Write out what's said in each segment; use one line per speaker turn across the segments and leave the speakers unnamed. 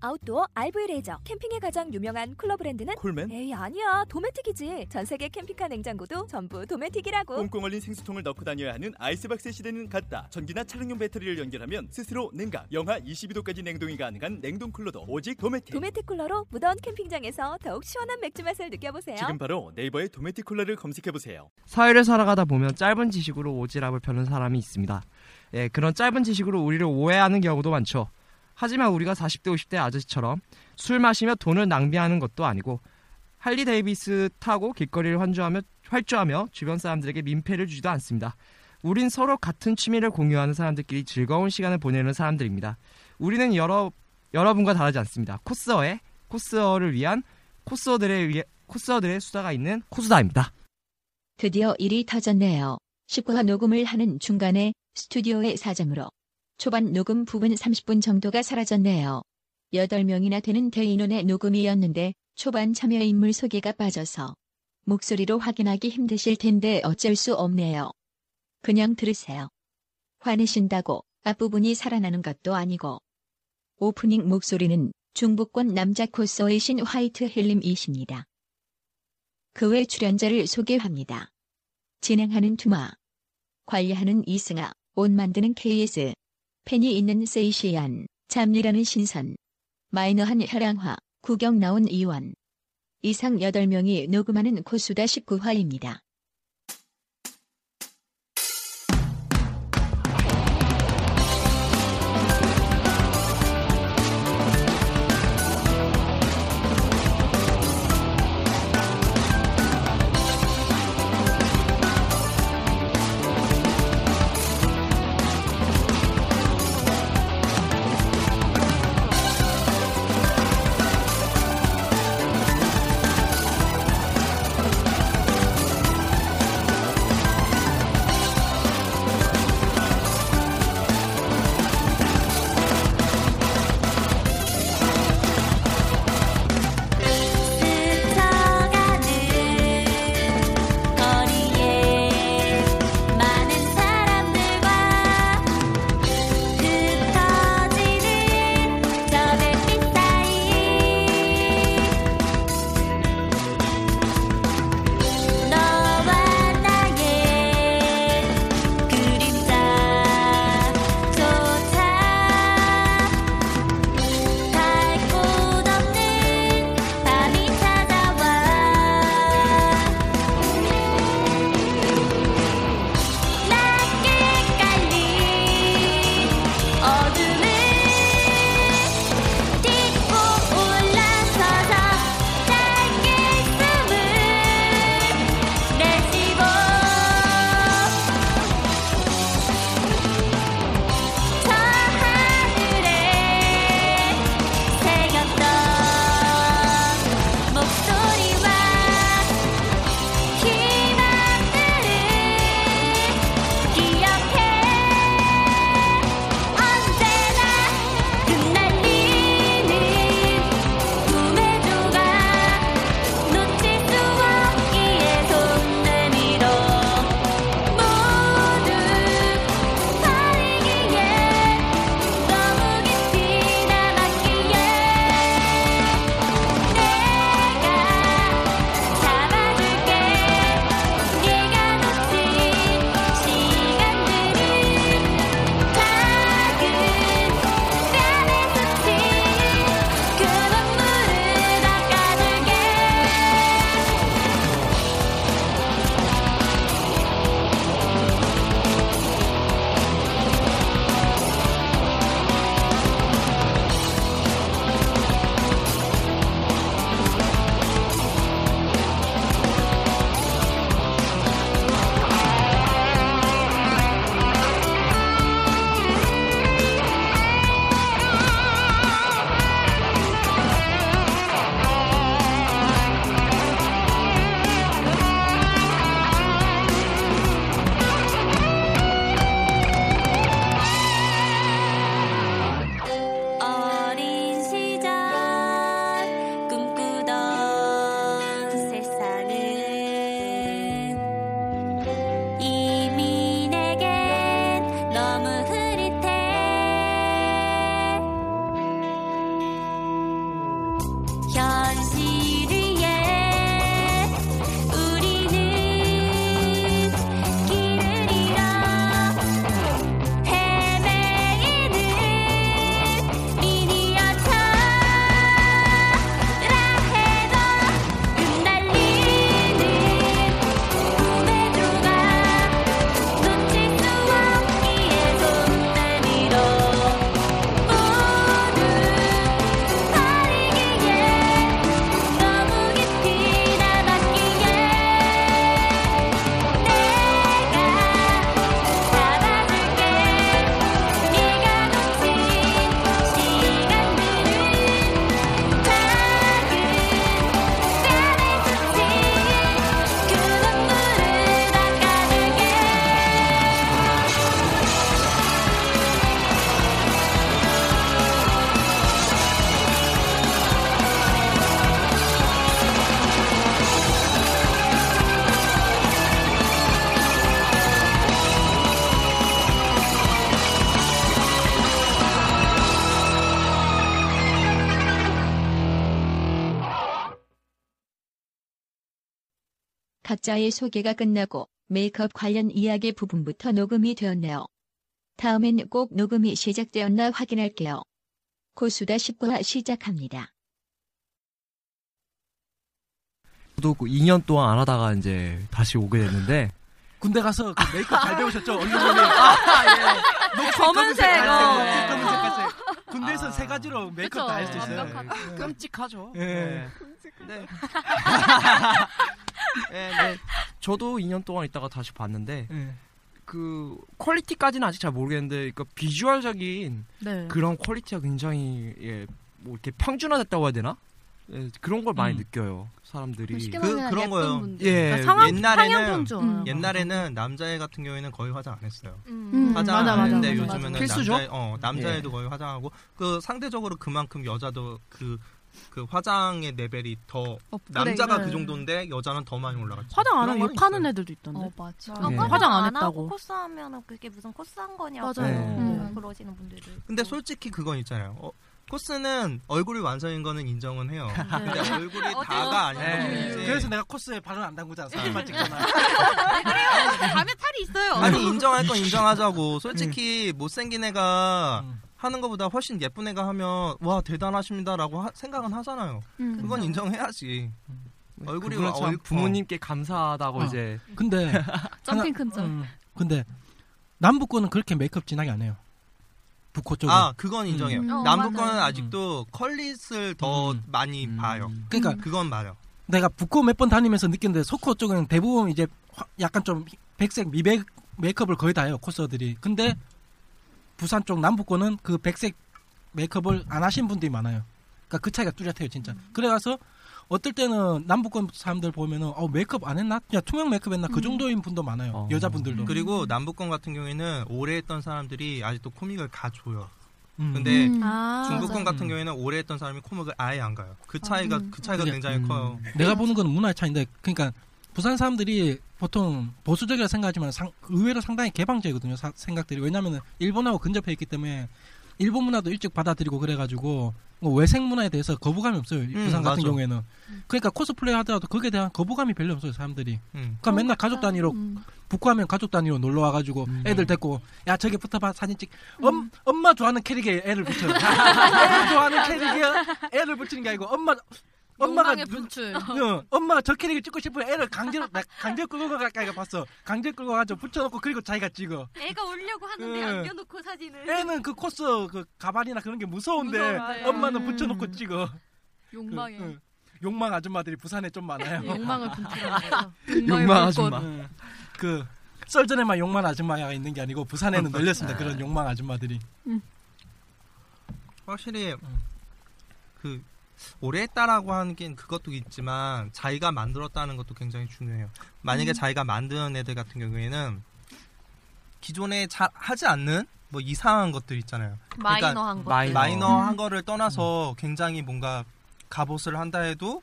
아웃도어 RV 레저 캠핑에 가장 유명한 쿨러 브랜드는
콜맨?
에이 아니야 도메틱이지 전 세계 캠핑카 냉장고도 전부 도메틱이라고
꽁꽁 얼린 생수통을 넣고 다녀야 하는 아이스박스 시대는 갔다. 전기나 차량용 배터리를 연결하면 스스로 냉각, 영하 22도까지 냉동이 가능한 냉동 쿨러도 오직 도메틱.
도메틱 쿨러로 무더운 캠핑장에서 더욱 시원한 맥주 맛을 느껴보세요
지금 바로 네이버에 도메틱 쿨러를 검색해 보세요.
사회를 살아가다 보면 짧은 지식으로 오지랖을 펴는 사람이 있습니다. 예, 그런 짧은 지식으로 우리를 오해하는 경우도 많죠. 하지만 우리가 40대, 50대 아저씨처럼 술 마시며 돈을 낭비하는 것도 아니고 할리 데이비스 타고 길거리를 환주하며 활주하며 주변 사람들에게 민폐를 주지도 않습니다. 우린 서로 같은 취미를 공유하는 사람들끼리 즐거운 시간을 보내는 사람들입니다. 우리는 여러 여러분과 다르지 않습니다. 코스어에 코스어를 위한 코스어들에 의해 코스어들의 수다가 있는 코수다입니다.
드디어 일이 터졌네요. 19화 녹음을 하는 중간에 스튜디오의 사정으로 초반 녹음 부분 30분 정도가 사라졌네요. 8명이나 되는 대인원의 녹음이었는데 초반 참여 인물 소개가 빠져서 목소리로 확인하기 힘드실 텐데 어쩔 수 없네요. 그냥 들으세요. 화내신다고 앞부분이 살아나는 것도 아니고 오프닝 목소리는 중부권 남자 코스어이신 화이트 힐림이십니다. 그 외 출연자를 소개합니다. 진행하는 투마, 관리하는 이승아, 옷 만드는 KS, 팬이 있는 세이시안, 잠이라는 신선, 마이너한 혈양화, 구경 나온 이원. 이상 8명이 녹음하는 코수다 19화입니다. 각자의 소개가 끝나고 메이크업 관련 이야기 부분부터 녹음이 되었네요. 다음엔 꼭 녹음이 시작되었나 확인할게요. 고수다 19화 시작합니다.
저도 그 2년 동안 안 하다가 이제 다시 오게 됐는데
군대 가서 그 메이크업 잘 배우셨죠? 아, 얼굴
검은색, 어.
예. 검은색 같이. 군대에서
아.
세 가지로 어, 메이크업 다 할 수
그쵸,
있어요.
완벽하다.
네, 끔찍하죠.
예.
네. 네. 네, 네.
저도 2년 동안 있다가 다시 봤는데
예.
그 퀄리티까지는 아직 잘 모르겠는데 그러니까 비주얼적인
네.
그런 퀄리티가 굉장히 예, 뭐 이렇게 평준화됐다고 해야 되나? 예, 그런 걸 많이
음.
느껴요. 사람들이
쉽게
그-
말하면
그런
예쁜
거예요.
분들.
예,
그러니까 상황,
옛날에는-
상향평준.
음.
옛날에는 남자애 같은 경우에는 거의 화장 안 했어요.
음,
화장
맞아,
안
맞아,
했는데
맞아,
요즘에는
맞아.
필수죠? 예.
남자애, 어, 남자애도 거의 화장하고 그 상대적으로 그만큼 여자도 그, 그 화장의 레벨이 더
업그레이드.
남자가
네.
그 정도인데 여자는 더 많이 올라갔죠.
화장 안
그런
하고
거는
욕하는
있어요.
애들도 있던데.
어, 맞아.
네.
화장 안
하고
했다고.
코스하면 그게 무슨 코스한 거냐고
맞아요.
네.
음.
그러시는 분들도
근데
있고.
솔직히 그건 있잖아요. 어, 코스는 얼굴이 완성인 거는 인정은 해요. 아, 근데
네.
얼굴이
어때요?
다가 아닌
네.
거는 이제
그래서
내가 코스에 발은 안 담그잖아. 사진만 찍잖아.
밤에 탈이 네. 있어요.
음.
아니 인정할 건 인정하자고. 솔직히 못생긴 애가 하는 것보다 훨씬 예쁜 애가 하면 와 대단하십니다라고 하- 생각은 하잖아요.
음.
그건
그렇죠.
인정해야지. 얼굴이
네, 그거는 참
얼- 어.
부모님께 감사하다고
어.
이제
근데
점핑 큰점.
음,
근데 남북권은 그렇게 메이크업 진하게 안 해요. 북코 쪽은.
아 그건 인정해요.
음. 어,
남북
맞아요.
거는 아직도 컬릿을 더
음.
많이
음.
봐요.
그러니까
그건 봐요.
내가 북코 몇 번 다니면서 느꼈는데 소코 쪽은 대부분 이제 화- 약간 좀 백색 미백 메이크업을 거의 다 해요 코스들이. 근데 부산 쪽 남북권은 그 백색 메이크업을 안 하신 분들이 많아요. 그러니까 그 차이가 뚜렷해요 진짜.
음.
그래가서 어떨 때는 남북권 사람들 보면은 어 메이크업 안 했나? 야 투명 메이크업 했나? 그 정도인 분도 많아요
어.
여자분들도.
음. 그리고 남북권 같은 경우에는 오래 했던 사람들이 아직도 코믹을 가줘요.
음.
근데
아,
중국권
맞아.
같은
음.
경우에는 오래 했던 사람이 코믹을 아예 안 가요. 그 차이가 그 차이가
그게-
굉장히
음.
커요.
내가 보는 건 문화의 차이인데 그러니까 부산 사람들이 보통 보수적이라 생각하지만 상- 의외로 상당히 개방적이거든요 사- 생각들이 왜냐하면 일본하고 근접해 있기 때문에 일본 문화도 일찍 받아들이고 그래가지고 뭐 외생 문화에 대해서 거부감이 없어요 부산
음, 맞아.
같은 경우에는 그러니까 코스플레이 하더라도 거기에 대한 거부감이 별로 없어요 사람들이
음.
그러니까 맨날 가족 단위로
음.
북구하면 가족 단위로 놀러 와가지고
음.
애들 데리고 야 저기 붙어봐 사진 찍
음.
엄, 엄마 좋아하는 캐릭에 애를 붙여요 엄마 좋아하는 캐릭에 애를 붙이는 게 아니고 엄마 엄마가
욕망의 분출.
응, 엄마가 저 캐릭을 찍고 싶으면 애를 강제로 나 강제 끌고 가까이 봤어. 강제 끌고 가서 붙여놓고 그리고 자기가 찍어.
애가 울려고 하는데
음.
안겨놓고 사진을
애는 그 코스 그 가발이나 그런 게 무서운데
무서워요.
엄마는 음. 붙여놓고 찍어. 그,
욕망의
응. 욕망 아줌마들이 부산에 좀 많아요.
네, 욕망을 분출하는 거죠.
욕망
욕망의 불꽃.
아줌마.
응. 그 썰전에만 욕망 아줌마가 있는 게 아니고 부산에는 널렸습니다. 그런 욕망 아줌마들이.
확실히
음.
그 오래 했다라고 하는 게 그것도 있지만 자기가 만들었다는 것도 굉장히 중요해요. 만약에
음.
자기가 만드는 애들 같은 경우에는 기존에 잘 하지 않는 뭐 이상한 것들 있잖아요. 그러니까
마이너한 음. 거.
마이너.
마이너한 거를 떠나서 굉장히 뭔가 갑옷을 한다 해도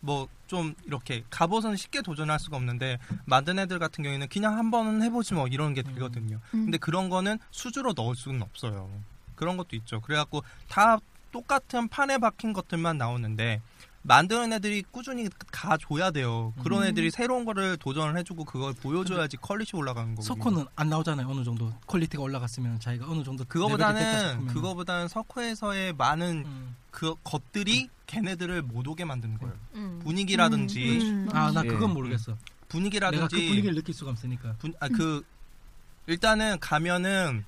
뭐 좀 이렇게 갑옷은 쉽게 도전할 수가 없는데 만든 애들 같은 경우에는 그냥 한 번은 해보지 뭐 이런 게 되거든요.
음.
근데 그런 거는 수주로 넣을 수는 없어요. 그런 것도 있죠. 그래갖고 다 똑같은 판에 박힌 것들만 나오는데 만드는 애들이 꾸준히 가줘야 돼요. 그런 애들이 새로운 거를 도전을 해주고 그걸 보여줘야지 퀄리티 올라가는 거고.
석호는 안 나오잖아요. 어느 정도 퀄리티가 올라갔으면 자기가 어느 정도 레벨이 됐다
그거보다는
싶으면은.
그거보다는 석호에서의 많은
음.
그 것들이 걔네들을 못 오게 만드는 거예요.
음.
분위기라든지
아, 나
예.
그건 모르겠어. 내가 그
분위기라든지
분위기를 느낄 수가 없으니까.
분- 아, 그 일단은 가면은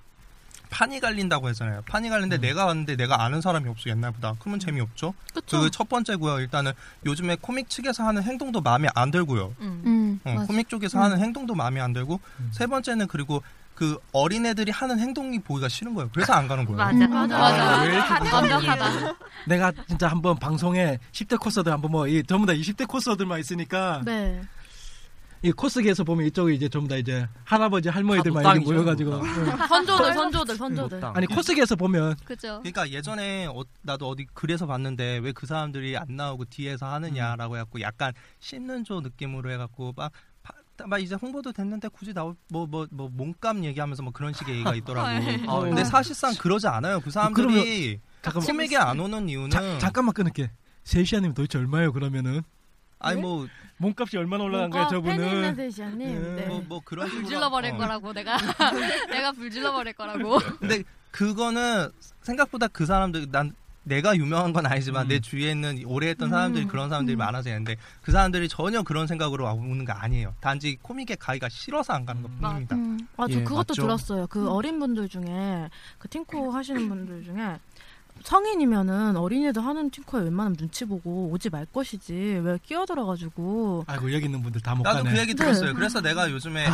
판이 갈린다고 했잖아요. 판이 갈리는데
음.
내가 왔는데 내가 아는 사람이 없어 옛날보다. 그러면 재미없죠.
그쵸.
그 첫 번째고요. 일단은 요즘에 코믹 측에서 하는 행동도 마음에 안 들고요.
음.
어, 코믹 쪽에서 하는 행동도 마음에 안 들고 세 번째는 그리고 그 어린애들이 하는 행동이 보기가 싫은 거예요. 그래서 안 가는 거예요.
맞아
맞아,
맞아.
맞아. 완벽하다.
내가 진짜 한번 방송에 10대 코스들 한번 뭐 이 전부 다 20대 코스들만
아.
있으니까
네.
이 코스계에서 보면 이쪽에 이제 전부 다 이제 할아버지 할머니들만
다
이렇게
노땅이죠,
모여가지고 응.
선조들, 선조들, 선조들.
못당.
아니 코스계에서 보면
그죠.
그러니까 예전에 어- 나도 어디 글에서 봤는데 왜 그 사람들이 안 나오고 뒤에서 하느냐라고 해갖고 약간 씹는 조 느낌으로 해갖고 막. 파- 막 이제 홍보도 됐는데 굳이 나올 뭐뭐 뭐 몸값 얘기하면서 뭐 그런 식의 얘기가 있더라고.
예.
아,
근데
어.
사실상 그러지 않아요. 그 사람들이
네. 잠깐만
코믹에 안 오는 이유는
자- 잠깐만 끊을게 세시아님 도대체 얼마예요 그러면은
아니 뭐
몸값이 얼마나 올라간 거야
어, 네? 팬이
저분은.
있는 세시아님. 네.
뭐, 뭐 그런
불
식으로-
질러버릴
어.
거라고 내가 내가 불 질러버릴 거라고.
근데 그거는 생각보다 그 사람들 난 내가 유명한 건 아니지만 내 주위에 있는 오래 했던 사람들이 그런 사람들이 많아서 있는데 그 사람들이 전혀 그런 생각으로 오는 거 아니에요. 단지 코믹에 가기가 싫어서 안 가는
음.
것뿐입니다.
아,
저
예,
그것도
맞죠.
들었어요. 그 어린 분들 중에 그 팅코 하시는 분들 중에 성인이면은 어린이도 하는 팅코에 웬만하면 눈치 보고 오지 말 것이지 왜 끼어들어가지고
아이고 여기 있는 분들 다 못 가네.
나도 그 얘기 들었어요. 그래서 내가 요즘에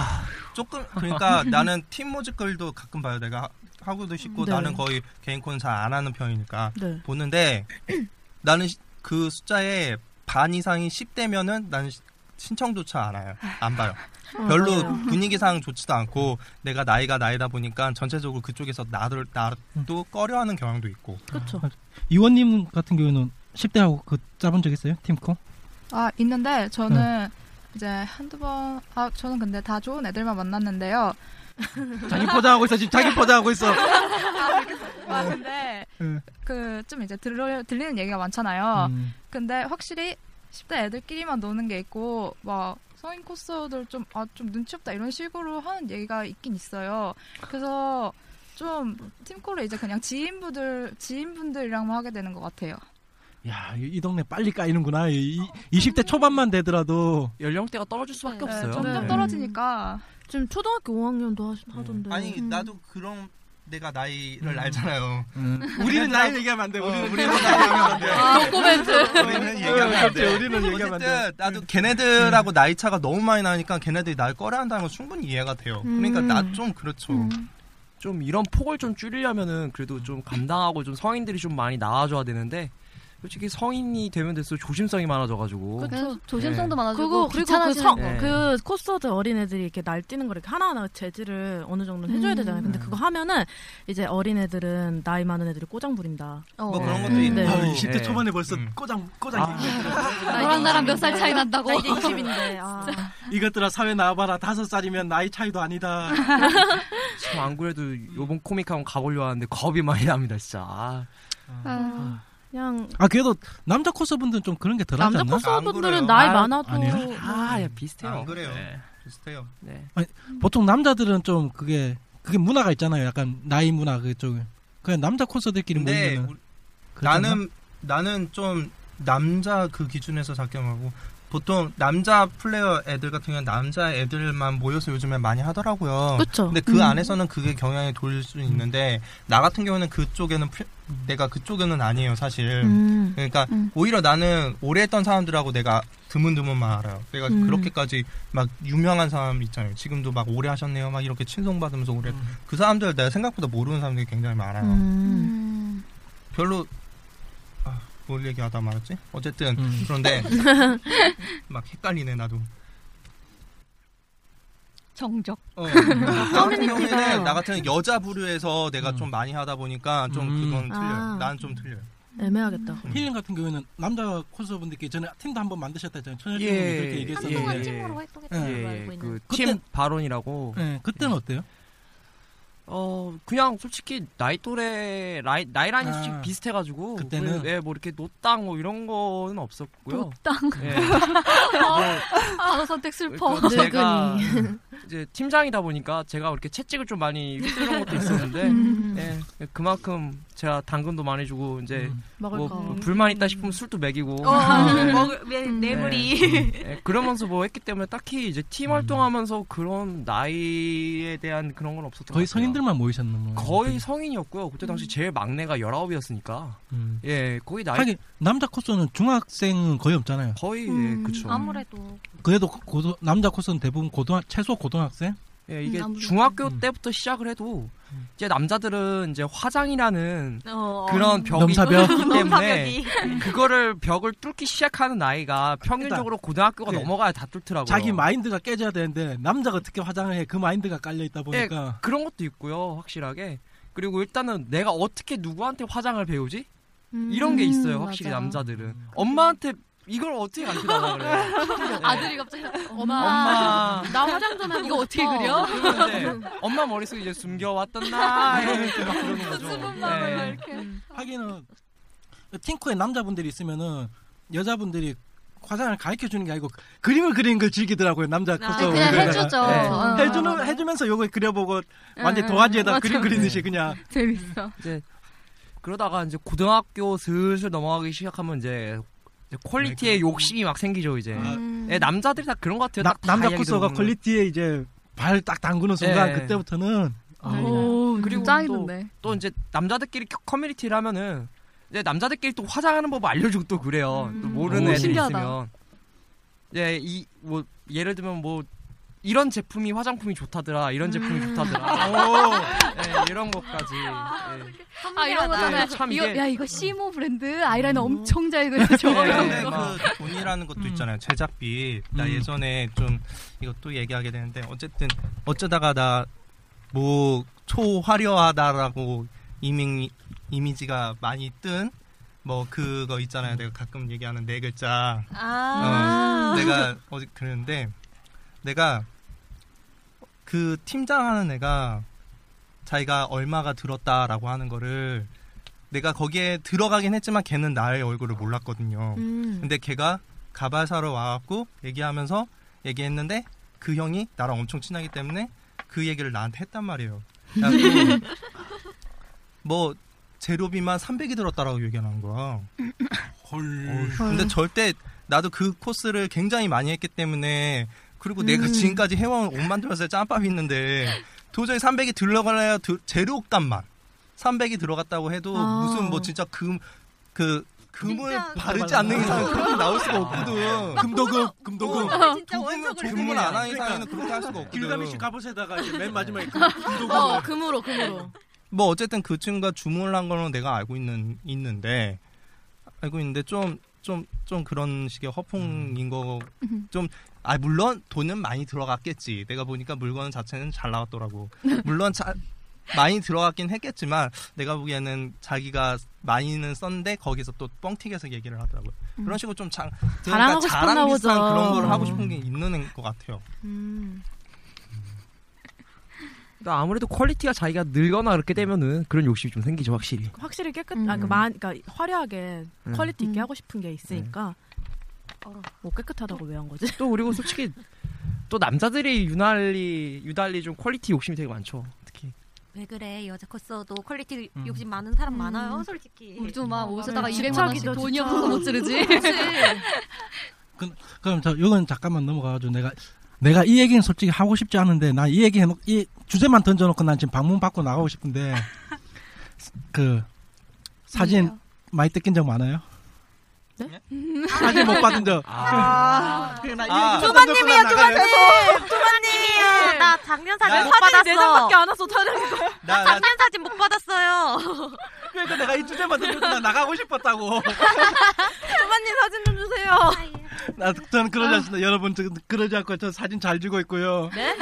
조금 그러니까 나는 팀 모집글도 가끔 봐요. 내가 하- 하고도 싶고
네.
나는 거의 개인콘 잘 안 하는 편이니까
네.
보는데 나는 시- 그 숫자의 반 이상이 10대면은 난 시- 신청조차 안 해요. 안 봐요.
어,
별로
맞아요.
분위기상 좋지도 않고 내가 나이가 나이다 보니까 전체적으로 그쪽에서 나를 나도 꺼려하는 경향도 있고.
그렇죠.
이원님 같은 경우는 10대하고 그 짜본 적 있어요? 팀코?
아, 있는데
네.
저는 이제 한두 번, 아, 저는 근데 다 좋은 애들만 만났는데요.
자기 포장하고 있어 지금 자기 포장하고 있어.
아, 그렇겠어요. 아, 근데
예.
그 좀 이제 들려, 들리는 얘기가 많잖아요.
음.
근데 확실히 10대 애들끼리만 노는 게 있고 막 성인 코스들 좀, 아, 좀 눈치 없다 이런 식으로 하는 얘기가 있긴 있어요. 그래서 좀 팀콜을 이제 그냥 지인분들, 지인분들이랑만 하게 되는 것 같아요.
야, 이, 이 동네 빨리 까이는구나. 이, 이 20대 초반만 되더라도
연령대가 떨어질 수밖에
없어요.
점점
네.
떨어지니까.
음. 지금 초등학교 5학년도 하시, 하던데. 음.
아니 나도 그런 내가 나이를 알잖아요.
음. 우리는 나이를 얘기하면 안 돼. 우리는
어, 우리는 나이 얘기하면 안 돼.
아, 노코멘트.
우리는 얘기하면 안 돼.
갑자기 어, 그렇죠. 우리는 얘기하면 안 음. 돼.
어쨌든 나도 걔네들하고 나이 차가 너무 많이 나니까 걔네들이 날 꺼려한다는 건뭐 충분히 이해가 돼요. 그러니까
음.
나 좀 그렇죠.
좀 이런 폭을 좀 줄이려면은 그래도 좀 감당하고 좀 성인들이 좀 많이 나아져야 되는데 솔직히 성인이 되면 될수록 조심성이 많아져가지고
그래서
예.
네. 그리고 그리고 그,
귀찮아지는
성,
거.
그 코스어들 어린 애들이 이렇게 날뛰는 걸 이렇게 하나하나 제지를 어느 정도 는 해줘야
음.
되잖아요. 근데 그거 하면은 이제 어린 애들은 나이 많은 애들이 꼬장 부린다.
뭐 그런 것도 있고. 아.
아,
네.
20대 초반에 벌써 꼬장 꼬장.
너랑 나랑 몇 살 차이 난다고? 나 이제 20 인데, 아.
이것들아 사회 나와봐라. 다섯 살이면 나이 차이도 아니다.
참 안 그래도 요번 코믹하면 가보려고 하는데 겁이 많이 납니다 진짜 아.
그냥
아 그래도 남자 코스분들은 좀 그런 게 덜하지
남자
않나?
코스분들은 나이 많아도
아니에요?
아야 비슷해요. 네.
안 그래요. 비슷해요.
아니, 보통 남자들은 좀 그게 그게 문화가 있잖아요. 약간 나이 문화 그쪽에. 그냥 남자 코스들끼리
근데
모이면
네, 나는 나는 좀 남자 그 기준에서 작용하고 보통 남자 플레이어 애들 같은 경우는 남자 애들만 모여서 요즘에 많이 하더라고요.
그쵸.
근데 그
음.
안에서는 그게 경향이 돌 수 있는데 나 같은 경우는 그쪽에는 플- 내가 그쪽에는 아니에요 사실.
음.
그러니까
음.
오히려 나는 오래 했던 사람들하고 내가 드문드문만 알아요. 내가
음.
그렇게까지 막 유명한 사람 있잖아요. 지금도 막 오래 하셨네요. 막 이렇게 칭송받으면서 오래
음.
그 사람들 내가 생각보다 모르는 사람들이 굉장히 많아요. 별로 아, 뭘 얘기하다 말았지? 어쨌든
음.
그런데 막 헷갈리네 나도.
정적.
어, 나
음.
같은 경우에는 나 같은 여자 부류에서 내가
음.
좀 많이 하다 보니까 좀 그건 틀려요.
아.
난 좀 틀려요.
애매하겠다.
음.
힐링 같은 경우는 남자 코스분들끼리 전에 팀도 한번 만드셨다잖아요.
예,
천여팀이 그렇게 얘기했었는데.
예, 예, 예. 그팀 바론이라고.
예, 그때는 어때요?
어 그냥 솔직히 나이 또래 나이 나이라니
아,
솔직히 비슷해가지고
그때는?
그래, 예, 뭐 이렇게 노땅 뭐 이런 거는 없었고요.
노땅?
예.
뭐
바로 선택 슬퍼.
그러니까
그 제가 이제 팀장이다 보니까 제가 이렇게 채찍을 좀 많이 휘두른 것도 있었는데
음.
예, 그만큼 제가 당근도 많이 주고 이제
음.
먹을
뭐
거.
뭐 불만 있다 싶으면 술도 먹이고
어,
예.
먹을- 내- 내물이.
예, 예, 그러면서 뭐 했기 때문에 딱히 이제 팀
음.
활동하면서 그런 나이에 대한 그런 건 없었던
거의
것 같아요.
성인들만 뭐. 음. 모이셨는 거예요.
거의 성인이었고요.
음.
그때 당시 제일 막내가 19이었으니까.
음.
예, 거의 나이
하긴 남자 코스는 중학생은 거의 없잖아요.
거의 예, 그쵸.
아무래도
그래도 고등- 남자 코스는 대부분 고등 최소 고등학생.
예, 이게
음, 아무래도.
중학교 때부터 시작을 해도
음.
이제 남자들은 이제 화장이라는
어,
그런 벽이
넘사벽.
있기 때문에
넘사벽이.
그거를 벽을 뚫기 시작하는 나이가 평균적으로 고등학교가
예.
넘어가야 다 뚫더라고요.
아, 자기 마인드가 깨져야 되는데 남자가 어떻게 화장을 해 그 마인드가 깔려 있다 보니까
예, 그런 것도 있고요, 확실하게. 그리고 일단은 내가 어떻게 누구한테 화장을 배우지?
음,
이런 게 있어요, 확실히
음,
남자들은. 엄마한테 이걸 어떻게 가르쳐 달라 그래요?
아들이 갑자기 엄마,
엄마.
나 화장 좀 해보고
이거 어떻게 그려?
그러는데 엄마 머릿속에 이제 숨겨왔던 날 이렇게 막 그러는 거죠.
아,
네.
그 하기는 팀코에 남자분들이 있으면은 여자분들이 화장을 가르쳐 주는 게 아니고 그림을 그리는 걸 즐기더라고요 남자 코스어
그냥 해주죠. 어,
해주는 해주면서 요걸 그려보고 완전
응,
음.
히
응,
도화지에다
맞아.
그림 그리듯이 그냥
재밌어.
네. 이제 그러다가 이제 고등학교 슬슬 넘어가기 시작하면 이제 이제 퀄리티에 욕심이 막 생기죠 이제
음.
예, 남자들이 다 그런 것 같아요.
네, 그 아, 나-
딱다
남자
이야기
코스어가
들어보면.
퀄리티에 이제 발 딱 담그는 순간
예.
그때부터는
오, 그리고 또,
짱이던데.
또 이제 남자들끼리 커뮤니티를 하면은 이제 남자들끼리 또 화장하는 법을 알려주고 또 그래요. 또 모르는
오,
애들
음. 신기하다.
있으면 예, 이 뭐 예를 들면 뭐 이런 제품이 화장품이 좋다더라, 이런 제품이
음.
좋다더라, 예, 이런 것까지. 예.
아 이런 거잖아요.
네, 참
이거,
이게-
야 이거 시모 브랜드 아이라이너 엄청 잘 그려줘.
네, 근데 음.
뭐.
그 돈이라는 것도 있잖아요. 제작비. 나 예전에 좀 이것도 얘기하게 되는데 어쨌든 어쩌다가 나 뭐 초화려하다라고 이미 이미지가 많이 뜬 뭐 그거 있잖아요. 내가 가끔 얘기하는 네 글자.
아.
어, 내가 어제 그랬는데 내가 그 팀장하는 애가 자기가 얼마가 들었다라고 하는 거를 내가 거기에 들어가긴 했지만 걔는 나의 얼굴을 몰랐거든요.
음.
근데 걔가 가발 사러 와갖고 얘기하면서 얘기했는데 그 형이 나랑 엄청 친하기 때문에 그 얘기를 나한테 했단 말이에요. 그래갖고 뭐 재료비만 300이 들었다라고 얘기하는 거야. 헐. 근데 절대 나도 그 코스를 굉장히 많이 했기 때문에 그리고 내가
음.
지금까지 해온 옷 만들면서 짬밥이 있는데 도저히 300이 들어가야 드- 재료값만 300이 들어갔다고 해도
아.
무슨 뭐 진짜 금 그 금을 바르지
맞아.
않는 이상 그렇게 나올 수가
아,
없거든. 금도금
금도금.
진짜 원석을 금을 안 하는 이상에는 그렇게 할 수가 없거든.
길가미 씨 갑옷에다가 이제 맨 마지막에 그 금,
어,
금도금
금으로 금으로.
뭐 어쨌든 그 친구가 주문을 한 거는 내가 알고 있는 있는데 알고 있는데 좀 좀 좀 그런 식의 허풍인
음.
거좀아 물론 돈은 많이 들어갔겠지 내가 보니까 물건 자체는 잘 나왔더라고 물론 자, 많이 들어갔긴 했겠지만 내가 보기에는 자기가 많이는 썼는데 거기서 또 뻥튀기해서 얘기를 하더라고요
음.
그런 식으로 좀 장,
자랑하고
그러니까
싶었나
자랑 비슷한
보죠.
그런 걸 하고
음.
싶은 게 있는 것 같아요
음.
그러니까 아무래도 퀄리티가 자기가 늘거나 그렇게 되면은 그런 욕심이 좀 생기죠 확실히.
확실히 깨끗, 아, 그, 만, 그러니까 화려하게
음.
퀄리티 있게 하고 싶은 게 있으니까
음.
뭐 깨끗하다고 왜 한 거지?
또 그리고 솔직히 또 남자들이 유난히 유달리 좀 퀄리티 욕심이 되게 많죠. 특히.
왜 그래 여자 코스도 퀄리티
음.
욕심 많은 사람 많아요 솔직히
우리도 막 옷에다가
맞아요.
200만 원씩
집착이죠,
돈이
집착.
없어서 못 지르지.
그럼 저 요건 잠깐만 넘어가가지고 내가 내가 이 얘기는 솔직히 하고 싶지 않은데 나 이 얘기 해놓 이 주제만 던져놓고 난 지금 방문 받고 나가고 싶은데 그 사진 많이 뜯긴 적 많아요? 사진 못 받은 적.
아.
그나
아.
조반님이에요, 조반님.
조반님이에요 나 작년 사진
나
못
사진
받았어
네 장밖에 안
왔어 나,
나-
작년 사진 못 받았어요
그러니까 내가 이 주제만 던져놓고 난 나가고 싶었다고.
조반님 사진 좀 주세요
나 저는
아.
그러지 않습니다. 여러분 저 그러지 않고 저 사진 잘 주고 있고요.
네?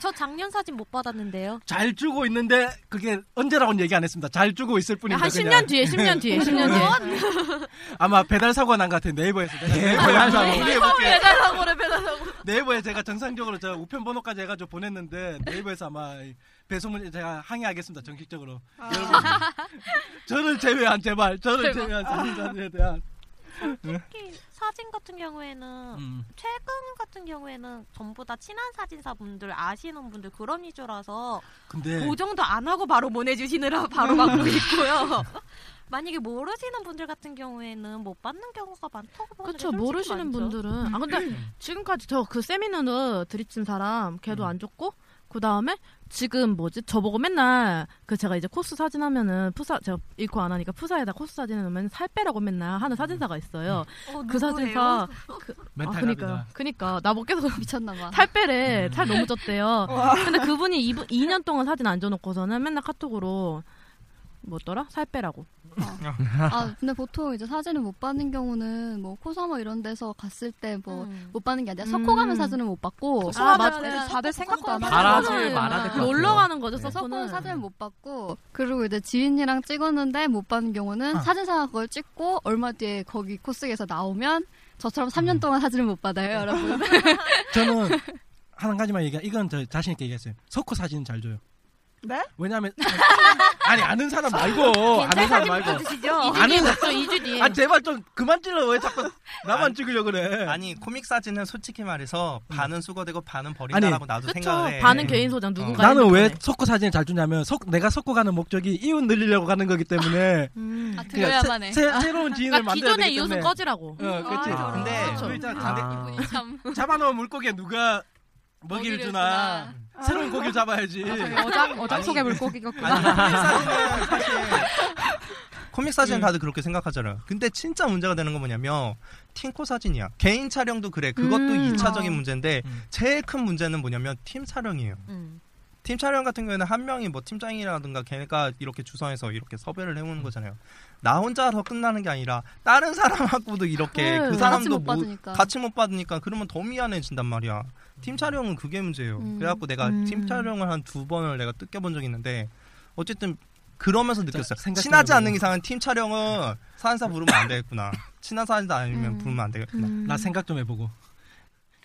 저 작년 사진 못 받았는데요
잘 주고 있는데 그게 언제라고는 얘기 안 했습니다. 잘 주고 있을 뿐입니다.
한 10년
그냥.
뒤에, 10년 뒤에, 10년 뒤에.
아마 배달 사고가 난 것 같아요. 네이버에서. 내가 네이버에 항상 우회해볼게요.
배달사고래, 배달사고.
네이버에 제가 정상적으로 저 우편 번호까지 해가지고 보냈는데 네이버에서 아마 배송을 제가 항의하겠습니다. 정식적으로.
아.
여러분 저를 제외한 제발 저를
제발.
제외한 사진자들에 대한 네.
특히 사진 같은 경우에는
음.
최근 같은 경우에는 전부 다 친한 사진사분들 아시는 분들 그런 위주라서
근데-
보정도 안 하고 바로 보내주시느라 바로 받고 있고요. 만약에 모르시는 분들 같은 경우에는 못 받는 경우가 많다고 보는
그쵸, 모르시는 분들은. 아, 근데
음.
지금까지 저 그 세미너는 들이친 사람 걔도 안 줬고, 그 다음에 지금 뭐지? 저보고 맨날 그 제가 이제 코스 사진 하면은 푸사, 제가 일코 안 하니까 푸사에다 코스 사진 넣으면 살 빼라고 맨날 하는 사진사가 있어요.
어,
그 사진사.
누구예요?
그,
멘탈
아, 그니까요.
갑이다.
그니까. 나못 계속
미쳤나봐.
살
음.
빼래. 살 너무 쪘대요.
와.
근데 그분이 이분 2년 동안 사진 안 줘놓고서는 맨날 카톡으로 뭐더라? 살 빼라고.
아 근데 보통 이제 사진을 못 받는 경우는 뭐 코사모 이런 데서 갔을 때 뭐 못 받는 게 아니라 석호 가면 사진을 못 받고
석호 가면은
맞아요.
뭐 다들
생각도 안
하고 바라지 가잖아요. 말아야 될것 같아요. 네. 놀러 가는 거죠,
석호는
석호는.
사진을 못 받고 그리고 이제 지인이랑 찍었는데 못 받는 경우는
아.
사진사가 그걸 찍고 얼마 뒤에 거기 코스에서 나오면 저처럼
음.
3년 동안 사진을 못
네.
받아요 여러분
저는 한 가지만 얘기 이건 저 자신 있게 얘기했어요. 석호 사진 잘 줘요.
네?
왜냐하면 아니 아는 사람 말고
괜찮은
아는 사람
사진
말고
찍어주시죠. 이주 뒤에 먹죠, 이주 뒤에.
아 제발 좀 그만 찔러 왜 자꾸 나만 찍으려 그래.
아니 코믹 사진은 솔직히 말해서 반은 수거되고 반은
아니,
버린다라고 나도
그쵸.
생각을 해.
네. 반은 개인 소장 누군가
나는 왜 석고 사진을 잘 주냐면 석- 내가 석고 가는 목적이 이웃 늘리려고 가는 거기 때문에
음.
그러니까 들어야만 새- 해. 새- 새로운 지인을
그러니까
만들어야
기존의
되기
이웃은
때문에.
꺼지라고.
어, 그렇지.
아,
근데
그렇죠.
우리 자-
아.
자네- 잡아놓은 물고기에 누가 먹이를 주나 새로운 고기를 잡아야지.
아, 어장- 어장 속에 물고기겠구나.
아니, 코믹 사진은 사실 코믹
음.
사진은 다들 그렇게 생각하잖아요. 근데 진짜 문제가 되는 건 뭐냐면 팀코 사진이야. 개인 촬영도 그래. 그것도
음.
이차적인
아.
문제인데 제일 큰 문제는 뭐냐면 팀 촬영이에요. 팀 촬영 같은 경우에는 한 명이 뭐 팀장이라든가 걔가 이렇게 주선해서 이렇게 섭외를 해오는 거잖아요. 나 혼자서 끝나는 게 아니라 다른 사람하고도 이렇게
네,
그
같이
사람도
못
뭐-
받으니까.
같이 못 받으니까 그러면 더 미안해진단 말이야. 팀 촬영은 그게 문제예요.
음.
그래갖고 내가 팀
음.
촬영을 한 두 번을 내가 뜯겨본 적이 있는데 어쨌든 그러면서 느꼈어요.
생각해보고.
친하지 않는 이상은 팀 촬영은 사연사 부르면 안 되겠구나. 친한 사연사
음.
아니면 부르면 안 되겠구나.
나 생각 좀 해보고.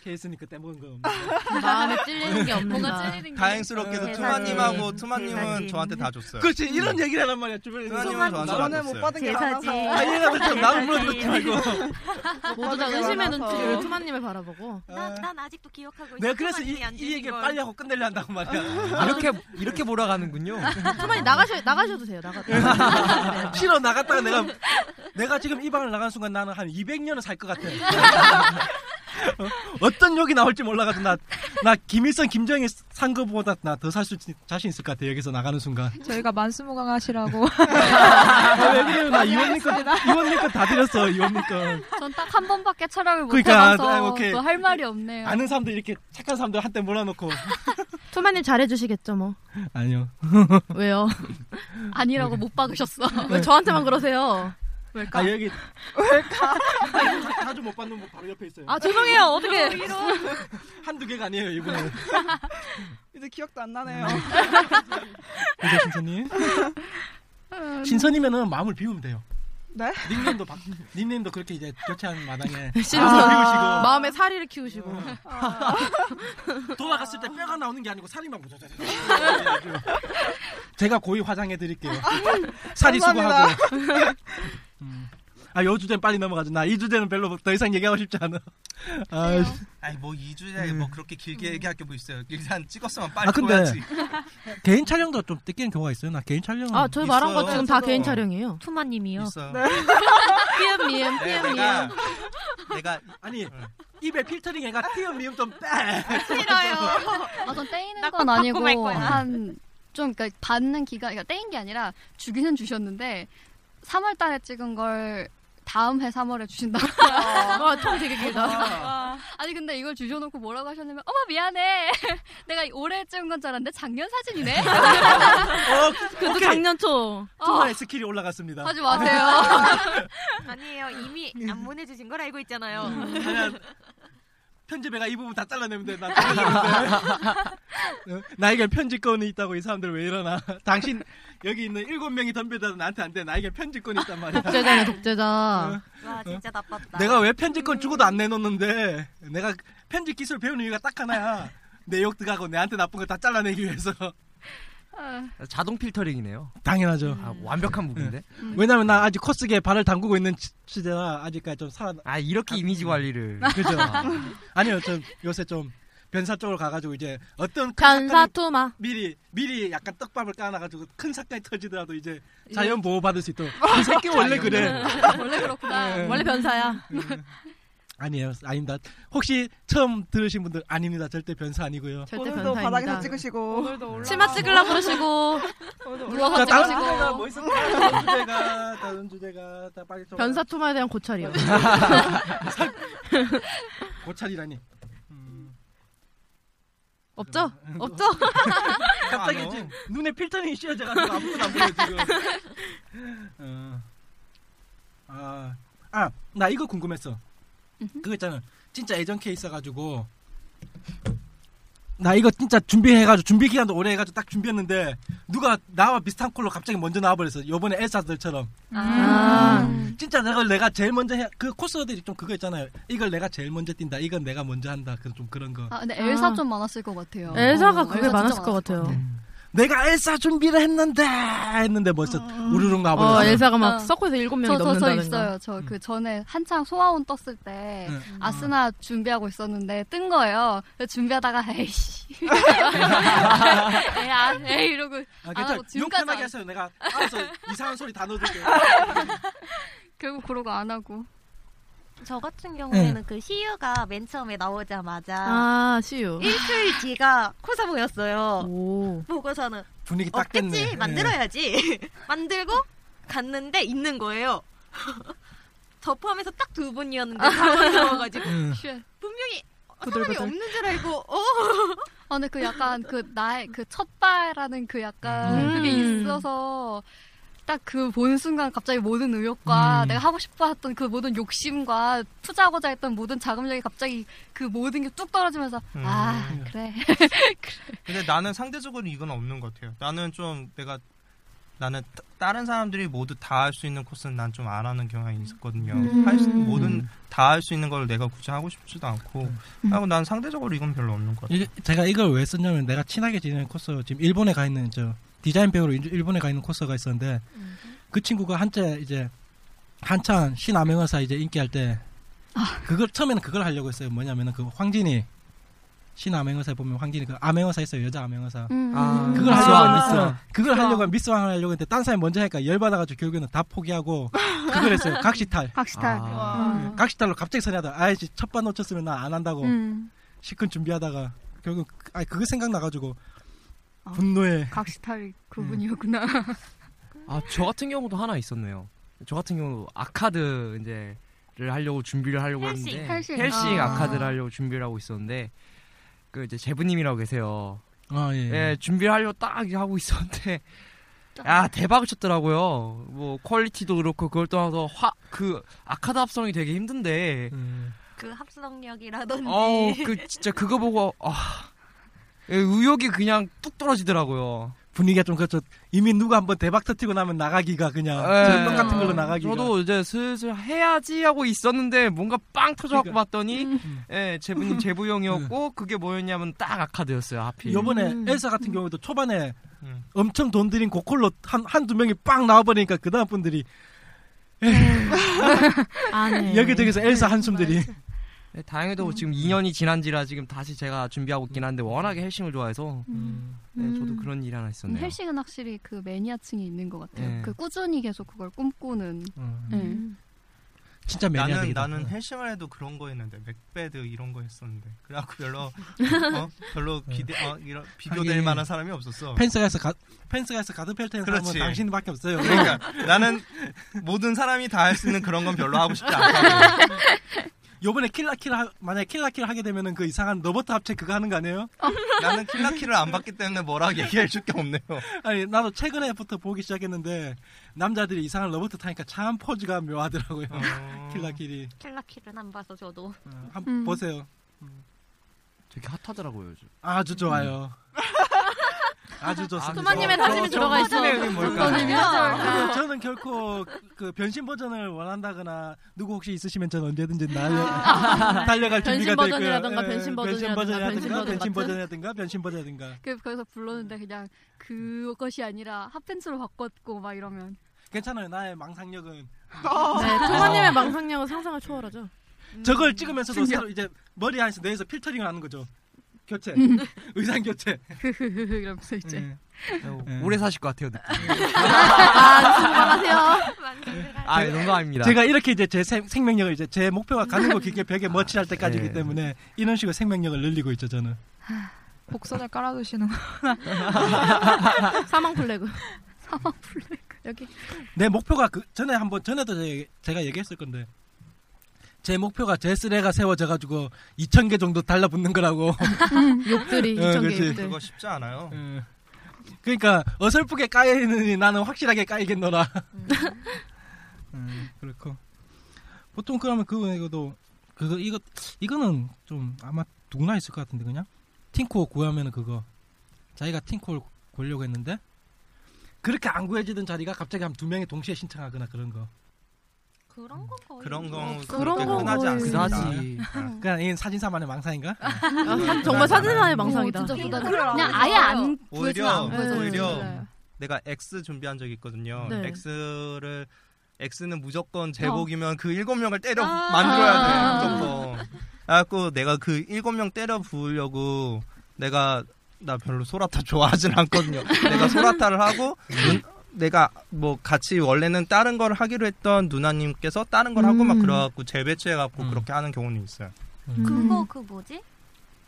케이스는 그때 먹은 거 없는
마음에 찔리는 게 없는
뭔가
거야.
찔리는 게 다행스럽게도
네,
없어.
투마님하고
대사지.
투마님은 저한테 다 줬어요.
그렇지 이런
음.
얘기를 하란 말이야 주변에 있는
투마님은
사람.
저한테 다 줬어요.
아 얘가 좀 나를
네.
불러줬지 말고
모두 다
빠르게
의심의
많아서.
눈치로 투마님을 바라보고.
난, 그러니까 난 아직도 기억하고 있어.
내가 그래서
투마님이
이,
안
이
주신
얘기
걸.
빨리 하고 끝내려 한다고 말이야.
이렇게 이렇게 몰아가는군요.
투마님 나가셔 나가셔도 돼요. 나가.
싫어 아, 나갔다가 내가 내가 지금 이 방을 나간 순간 나는 한 200년을 살 것 같아. 어? 어떤 욕이 나올지 몰라가지고 나나 김일성 김정일 산 거보다 나 더 살 수 자신 있을 것 같아 여기서 나가는 순간.
저희가 만수무강하시라고.
아, 왜 그래요? 나 이원님 거 이원님 거다 드렸어 이원님 거.
전 딱 한 번밖에 촬영을 못
그러니까, 아,
해봐서
오케이.
뭐할 말이 없네요.
아는 사람들 이렇게 착한 사람들 한때 몰아놓고
투마님 잘해주시겠죠 뭐.
아니요.
왜요?
아니라고 못 박으셨어.
왜 저한테만 그러세요?
아 여기
왜까?
자주 못 받는 분 바로 옆에 있어요.
아, 죄송해요. 어떡해.
한두 개가 아니에요 이분은.
이제 기억도 안 나네요.
이제 신선님. 신선이면은 마음을 비우면 돼요.
음, 네?
닉네임도 바, 닉네임도 그렇게 이제 교체하는 마당에
신선
아,
마음에 사리를 키우시고
어. 비우시고 돌아갔을 때 뼈가 나오는 게 아니고 살이 막 무자자자. 제가 고이 화장해 드릴게요. 살이
감사합니다.
수고하고. 아, 요 주제는 빨리 넘어가자. 나 이 주제는 별로 더 이상 얘기하고 싶지 않아. 아, 씨.
아니 뭐 2주에 뭐 그렇게 길게 얘기할 게 뭐 있어요. 일단 찍었으면 빨리
음. 아, 근데
뽑아야지.
개인 촬영도 좀 뜯기는 경우가 있어요. 나 개인 촬영.
아 저희 말한 거
음, 있어요.
지금 다
저도.
개인 촬영이에요
투마님이요 네.
있어요.
피엠 미엠
네,
피엠
내가
미엠
내가
아니 입에 필터링 해가 티어 미음 좀 빼.
아, 전 떼이는
나
건
꼭
아니고
바꾸고 갈 거야.
한좀 그러니까 받는 기간, 그러니까 떼인 게 아니라 주기는 주셨는데 3월달에 찍은 걸 다음 해 3월에 주신다고.
어, 뭐,
어.
와, 통 되게 길다. 와.
아니 근데 이걸 주셔놓고 뭐라고 하셨냐면 어머 미안해. 내가 올해 찍은 건 줄 알았는데 작년 사진이네.
어,
그래도
오케이.
작년 초.
초반에
어.
스킬이 올라갔습니다.
하지
아, 네.
마세요.
아니에요. 이미 안 보내주신 걸 알고 있잖아요.
아니야. 편집해가 이 부분 다 잘라내면 돼. 나 잘라내면 돼. 어? 나에게 편집권이 있다고 이 사람들 왜 이러나. 당신 여기 있는 일곱 명이 덤벼다 나한테 안 돼. 나에게 편집권이 있단 말이야.
독재자네 독재자
네. 와 진짜 나빴다.
내가 왜 편집권 주고도 안 내놓는데 내가 편집 기술 배우는 이유가 딱 하나야. 내 욕 들어가고 내한테 나쁜 거 다 잘라내기 위해서.
아.
자동 필터링이네요.
당연하죠.
아, 완벽한 무기인데.
음. 네. 왜냐면 나 아직 코스기에 발을 담그고 있는 시- 시대라 아직까지 좀 살아. 음.
아 이렇게 이미지 관리를.
그죠.
아.
아니요, 좀 요새 좀 변사 쪽으로 가가지고 이제 어떤 큰
변사
사건이
투마
미리 미리 약간 떡밥을 까놔가지고 큰 사건이 터지더라도 이제 자연 보호 받을 수 있도록. 이 새끼 원래 그래.
예. 원래 그렇구나
네.
원래 변사야
아니에요, 아닙니다. 혹시 처음 들으신 분들 아닙니다. 절대 변사 아니고요.
절대
오늘도
변사입니다
바닥에서 찍으시고
치마 찍으려고 그러시고
자,
누워서
다른
찍으시고
주제가 뭐 있을까요? 다른 주제가 아, 다른 주제가 다 빨리 좀
변사 투마에 대한 고찰이요
고찰이라니. 음.
없죠? 없죠?
갑자기
아,
지금 눈에 필터링이 씌어져가지고 아무것도 안 보여 지금. 어. 아, 아, 나 이거 궁금했어. 그거 있잖아. 진짜 애정 케이스 가지고 나 이거 진짜 준비해가지고 준비 기간도 오래 해가지고 딱 준비했는데 누가 나와 비슷한 콜로 갑자기 먼저 나와버렸어. 요번에 엘사들처럼.
아.
진짜 내가 내가 제일 먼저 해. 그 코스들이 좀 그거 있잖아요. 이걸 내가 제일 먼저 뛴다. 이건 내가 먼저 한다. 그좀 그런 거.
아 근데 엘사
아.
좀 많았을 것 같아요.
엘사가
어,
그게
엘사 진짜
많았을 것 같아요
내가 엘사 준비를 했는데 했는데 벌써 우르릉 나버려.
음, 어, 엘사가 막
어.
서코에서 일곱 명이 음.
저, 저, 저
넘는다는
있어요. 저 그 전에 한창 소아원 떴을 때
음.
아스나 준비하고 있었는데 뜬 거예요. 그래서 준비하다가 에이씨. 에이, 아,
네,
에이 이러고
아,
안
괜찮아.
하고
욕
지금까지
편하게
안-
하세요. 내가 알아서 이상한 소리 다 넣어줄게요.
결국 그러고 안 하고.
저 같은 경우에는
네.
그 시유가 맨 처음에 나오자마자
아, 시유.
일주일 뒤가 코사보였어요. 보고서는
분위기 딱
없겠지
됐네.
만들어야지 만들고 갔는데 있는 거예요. 저 포함해서 딱 두
아.
분이었는데 당황스러워가지고
음.
분명히 사람이
부들부들.
없는 줄 알고 어
아, 근데 그 약간 그 나의 그 첫발이라는 그 약간
음.
그게 있어서 딱 그 본 순간 갑자기 모든
음.
의욕과 내가 하고 싶어 했던 그 모든 욕심과 투자하고자 했던 모든 자금력이 갑자기 그 모든 게 뚝 떨어지면서 아
음.
그래
근데 나는 상대적으로 이건 없는 것 같아요. 나는 좀 내가 나는 따- 다른 사람들이 모두 다 할 수 있는 코스는 난 좀 안 하는 경향이 있었거든요.
음.
할 수, 모든 다 할 수 있는 걸 내가 굳이 하고 싶지도 않고 하고 난 상대적으로 이건 별로 없는 것 같아요.
음. 이게 제가 이걸 왜 썼냐면 내가 친하게 지내는 코스 지금 일본에 가 있는 저 디자인 배우로 일- 일본에 가 있는 코스가 있었는데 그 친구가 한때 이제 한창 신암행어사 이제 인기할 때 그걸 처음에는 그걸 하려고 했어요. 뭐냐면은 그 황진이 신암행어사에 보면 황진이 그 암행어사 있어요. 여자 암행어사.
음. 아, 미스왕.
그걸 하려고 했어.
미스왕.
그걸 하려고 미스왕 하려고 했는데 딴 사람이 먼저 하니까 열 받아 가지고 결국에는 다 포기하고 그걸 했어요. 각시탈.
각시탈.
아.
와.
각시탈로 갑자기 선회하다. 아이씨 첫번 놓쳤으면 나 안 한다고.
음.
실컷 준비하다가 결국 그- 아니 그거 생각나가지고 분노에
각시탈 그분이었구나.
아, 저 같은 경우도 하나 있었네요. 저 같은 경우 아카드 이제 를 하려고 준비를 하려고
헬싱,
하는데
헬싱.
헬싱
아.
아. 카드를 하려고 준비를 하고 있었는데 그 이제 제부님이라고 계세요.
아, 예.
준비를 하려고 딱 하고 있었는데 야 대박을 쳤더라고요. 뭐 퀄리티도 그렇고 그걸 떠나서 화 그 아카드 합성이 되게 힘든데
음.
그 합성력이라든지
어우
네.
그 진짜 그거 보고 아 예, 의욕이 그냥 뚝 떨어지더라고요.
분위기가 좀 그렇죠. 이미 누가 한번 대박 터뜨리고 나면 나가기가 그냥
예.
절망 음. 같은 걸로 나가기가.
저도 이제 슬슬 해야지 하고 있었는데 뭔가 빵 터져갖고
그러니까.
봤더니
음.
예, 제부님 제부용이었고 그게 뭐였냐면 딱 아카드였어요 하필.
예. 요번에 엘사 같은 경우도 초반에
음.
엄청 돈 들인 고콜로 한, 한두 명이 빵 나와버리니까 그 다음 분들이
네.
네.
아니.
여기저기서 엘사 한숨들이
네, 다행히도
음.
지금 2년이 지난지라 지금 다시 제가 준비하고 있긴 한데 워낙에 헬싱을 좋아해서
음.
네, 저도 그런 일이 하나
음,
있었네요.
헬싱은 확실히 그 매니아층이 있는 것 같아요.
네. 음.
그 꾸준히 계속 그걸 꿈꾸는. 네.
진짜
나는
매니아들이다.
나는 헬싱을 해도 그런 거 했는데 맥베드 이런 거 했었는데 그래갖고 별로 어? 별로 기대 어, 이런 비교될
하긴
만한 사람이 없었어.
네. 펜스가에서 가, 펜스가에서 가드펠트는 사람은 당신밖에 없어요.
그러니까 나는 모든 사람이 다 할 수 있는 그런 건 별로 하고 싶지 않다.
요번에 킬라킬 하- 만약에 킬라킬 하게 되면은 그 이상한 로버트 합체 그거 하는 거 아니에요?
나는 킬라킬을 안 봤기 때문에 뭐라 얘기해 줄게 없네요.
아니 나도 최근에부터 보기 시작했는데 남자들이 이상한 로버트 타니까 참 포즈가 묘하더라고요.
어.
킬라킬이
킬라킬은 안 봐서 저도
음,
한
음.
번 보세요.
되게 핫하더라고요 요즘.
아주 좋아요.
음.
아주 좋습니다.
토마님의 다짐이 들어가 있어. 토마님의 다짐이
아니요, 저는 결코 그 변신 버전을 원한다거나 누구 혹시 있으시면 저는 언제든지 날려,
아.
달려갈 준비가
변신
되고요. 예,
버전이라든가 변신 버전이라든가
버전이라든가
변신
변신
버전 같은?
버전이라든가 변신 버전이라든가
그 거기서 불렀는데 그냥 그것이 아니라 핫팬츠로 바꿨고 막 이러면.
괜찮아요. 나의 망상력은 아.
네, 토마님의 망상력은 상상을 초월하죠.
음. 저걸 찍으면서도
신기하-
새로 이제 머리 안에서 내에서 필터링을 하는 거죠. 교체.
음.
의상 교체. 예.
이러면서
이제
아, 네.
네.
오래 사실 것 같아요. 느낌. 아, 네, 농담입니다.
제가 이렇게 이제 제 생- 생명력을 이제 제 목표가 가는 거 길게 벽에 멋칠할
아,
때까지기
예.
때문에 이런 식으로 생명력을 늘리고 있죠 저는.
복선을 깔아두시는 구나
사망 플래그.
사망 플래그.
여기.
내 목표가 그 전에 한번 전에도 제- 제가 얘기했을 건데 제 목표가 제 쓰레가 세워져 가지고 2,000개 정도 달라붙는 거라고.
욕들이
어,
2,000개
그렇지. 네.
욕들.
그거 쉽지 않아요.
그러니까 어설프게 까이느니 나는 확실하게 까이겠노라. 음, 그렇고 보통 그러면 그거 이거도 그거 이거 이거는 좀 아마 누구나 있을 것 같은데 그냥 팅코 구하면은 그거 자기가 팅코를 구려고 했는데 그렇게 안 구해지던 자리가 갑자기 한 두 명이 동시에 신청하거나 그런 거.
그런 건 거의
그런 건
없어요.
그런 그렇게 건
뭐
흔하지 거의- 않습니다. 네.
그다지. 그러니까 이 사진사만의 망상인가? 네.
사- 아, 정말 사진사만의
어,
망상이다.
진짜 부담.
핑크를
그냥
안
아예 안 보여주면
오히려
안 보여줘요.
오히려 내가 X 준비한 적이 있거든요.
네. 어.
X를 X는 무조건 제복이면 그 일곱 명을 때려
아.
만들어야 돼 무조건. 그래갖고 내가 그 일곱 명 때려 부으려고 내가 나 별로 소라타 좋아하진 않거든요. 내가 소라타를 하고 눈- 내가 뭐 같이 원래는 다른 걸 하기로 했던 누나님께서 다른 걸 하고 막
음.
그래갖고 재배치해갖고
음.
그렇게 하는 경우는 있어요.
음.
그거 그 뭐지?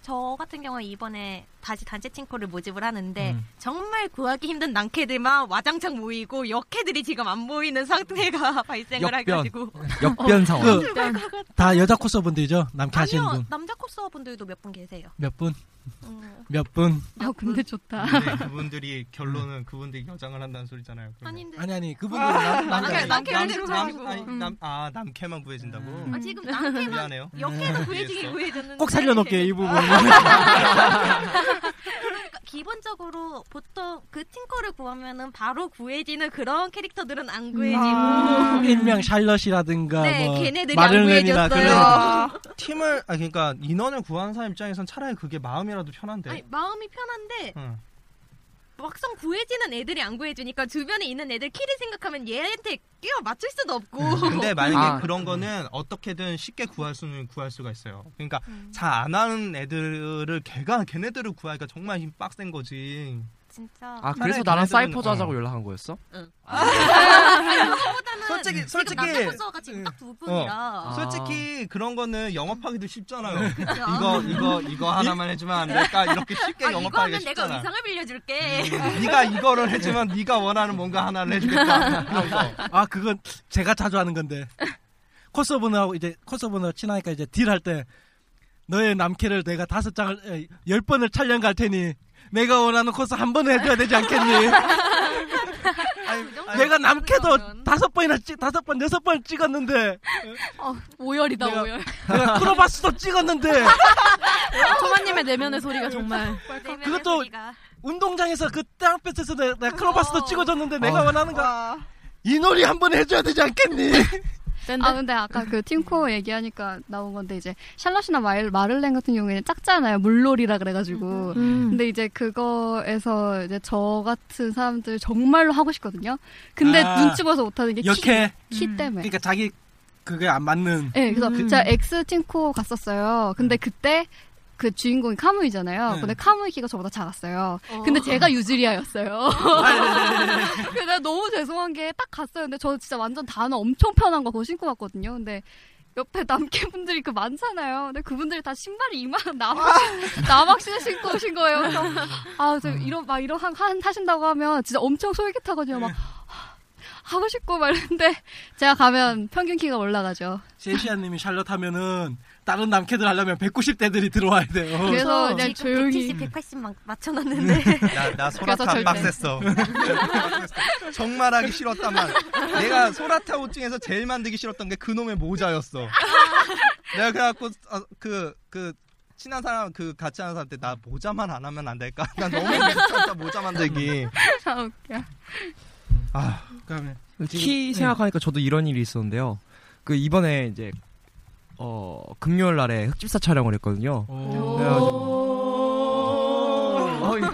저 같은 경우는 이번에 다시 단체 친코를 모집을 하는데
음.
정말 구하기 힘든 낭캐들만 와장창 모이고 역캐들이 지금 안 모이는 상태가 발생을 해가지고
역변
상황. 역변.
다 여자 코스분들이죠. 남캐 하시는
아니요
분.
남자 코스어분들도 몇 분 계세요.
몇 분?
어.
음.
몇 분?
아 근데 좋다.
근데 음, 네, 그분들이 결론은 그분들이 여장을 한다는 소리잖아요. 그러면.
아닌데.
아니 아니 그분들은 남- 남자.
아,
남캐
남-
위주로
남-
해가지고.
아니, 남- 아 남캐만 구해진다고? 네.
아, 지금 남캐만
미안해요. 네.
역캐도 구해지긴 구해졌는데
꼭 살려놓게 이 부분.
그러니까 기본적으로 보통 그 팀코를 구하면은 바로 구해지는 그런 캐릭터들은 안 구해지고
음.
일명 샬럿이라든가
네,
뭐
걔네들이
마를렌이나
안 구해줬어요.
그런
팀을 아 그러니까 인원을 구하는 사람 입장에선 차라리 그게 마음이라도 편한데.
아니, 마음이 편한데
응.
막상 구해지는 애들이 안 구해주니까 주변에 있는 애들 키를 생각하면 얘한테 끼워 맞출 수도 없고
네. 근데 만약에
아,
네.
그런 거는 어떻게든 쉽게 구할 수는 구할 수가 있어요. 그러니까
음.
잘 안 하는 애들을 걔가 걔네들을 구하기가 정말 힘 빡센 거지.
진짜.
아 그래서 나랑 사이퍼즈 하자고 연락한 거였어? 아.
그거보다는
솔직히-
지금
솔직히-
남자 코스가
네.
지금 딱 두 분이라
어.
아.
솔직히 그런 거는 영업하기도 쉽잖아요.
네. 그쵸.
이거 이거 이거 하나만 해주면 안 될까? 이렇게 쉽게
아,
영업하기가
이거는
쉽잖아.
내가 의상을 빌려줄게
네가 이거를 해주면 네가 원하는 뭔가 하나를 해주겠다. 이런 거.
아 그건 제가 자주 하는 건데 코스분하고 이제 코스분하고 친하니까 이제 딜 할 때 너의 남캐를 내가 다섯 장을 에, 열 번을 촬영 갈 테니 내가 원하는 코스 한 번은 해줘야 되지 않겠니? 내가 남캐도 다섯 번이나 찍 다섯 번 여섯 번 찍었는데
어, 오열이다
내가-
오열.
내가 크로바스도 찍었는데
아,
초반님의 내면의 소리가 정말.
그것도 운동장에서 그 땅볕에서 내-
어.
내가 크로바스도 찍어줬는데 내가 원하는 거 이 놀이 한 번 해줘야 되지 않겠니?
아 근데 아까 그 팀코 얘기하니까 나온 건데 이제 샬럿이나 마일, 마를렌 같은 경우에는 작잖아요 물놀이라
음.
그래가지고
음.
근데 이제 그거에서 이제 저 같은 사람들 정말로 하고 싶거든요 근데
아,
눈치 봐서 못하는 게 키
역해.
음.
때문에
그러니까 자기 그게 안 맞는. 음.
네, 그래서 제가 엑스 팀코 갔었어요. 근데 그때 그 주인공이 카무이잖아요. 근데 카무이 키가 저보다 작았어요. 근데 제가 유즈리아였어요. 근데 너무 죄송한 게 딱 갔어요. 근데 저 진짜 완전 단어 엄청 편한 거 그거 신고 갔거든요. 근데 옆에 남캐분들이 그 많잖아요. 근데 그분들이 다 신발이 이만한 나막 나막 신을 신고 오신 거예요. 그래서 아저 이런 막 이런 한, 한 하신다고 하면 진짜 엄청 솔깃하거든요. 막 하고 싶고 막 이랬는데 제가 가면 평균 키가 올라가죠.
제시아님이 샬럿 하면은 다른 남캐들 하려면 190대들이 들어와야 돼요.
그래서 그냥
지금
조용히.
170, 180 막 맞춰놨는데
나, 나
그래서
소라타
절대.
빡셌어. 음, 정말 하기 싫었다만. 내가 소라타 옷 중에서 제일 만들기 싫었던 게 그놈의 모자였어. 내가 그래갖고, 어, 그, 그, 친한 사람, 그, 같이 하는 사람한테 나 모자만 안 하면 안 될까? 난 너무 귀찮다, 모자 만들기.
아 웃겨.
아,
그러면 네.
키 생각하니까 저도 이런 일이 있었는데요. 그 이번에 이제 어 금요일 날에 흑집사 촬영을 했거든요. 어, 이- 어,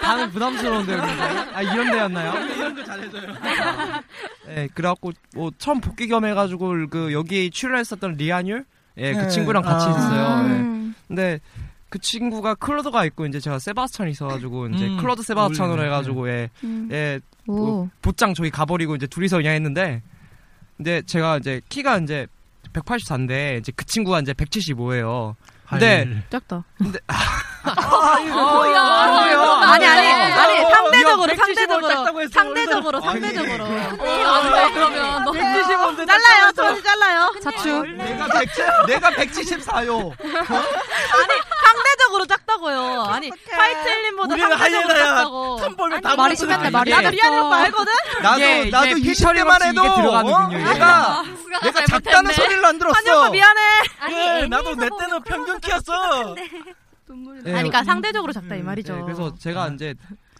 반응 부담스러운데요. 근데? 아 이런 데였나요?
이런 거 잘해줘요.
예, 그래갖고 뭐 처음 복귀 겸 해가지고 그 여기 출연했었던 리안율 예, 그
네.
친구랑 같이
아.
있었어요.
음.
예. 근데 그 친구가 클로드가 있고 이제 제가 세바스찬이 있어가지고 이제
음,
클로드 세바스찬으로
어울리네.
해가지고 예,
음.
예,
오.
뭐 곧장 저기 가버리고 이제 둘이서 그냥 했는데 근데 제가 이제 키가 이제 184인데 이제 그 친구가 이제 175예요. 근데
작다.
근데
아,
어,
아,
뭐야, 뭐야.
아니 아니 아니
어, 어,
상대적으로
야, 175 작다고
상대적으로
했어,
상대적으로
오늘도.
상대적으로
아, 어,
근데 안 돼, 어, 그러면. 어, 너무- 175 인데
잘라요
작다고
저한테
했어.
잘라요
자추.
내가 170, 내가 174요.
아니 상대적으로 작다고요 아니 파이트일린보다
우리는
상대적으로
하이에나야.
작다고
틈 보면
아니,
다
말이
무너지는
심한데
거야.
말이 나도
이게-
리안이 오빠 알거든
나도,
이게-
예,
나도
이게
20대만 해도,
이게 들어가는군요, 아, 이게.
내가,
아,
수가
내가
잘못했네.
작다는 소리를 안 들었어.
한이 오빠 미안해
예, 나도 내 때는 평균 키였어.
눈물이
네.
예. 음,
아니, 그러니까 상대적으로 작다 이 말이죠.
네, 그래서 제가 이제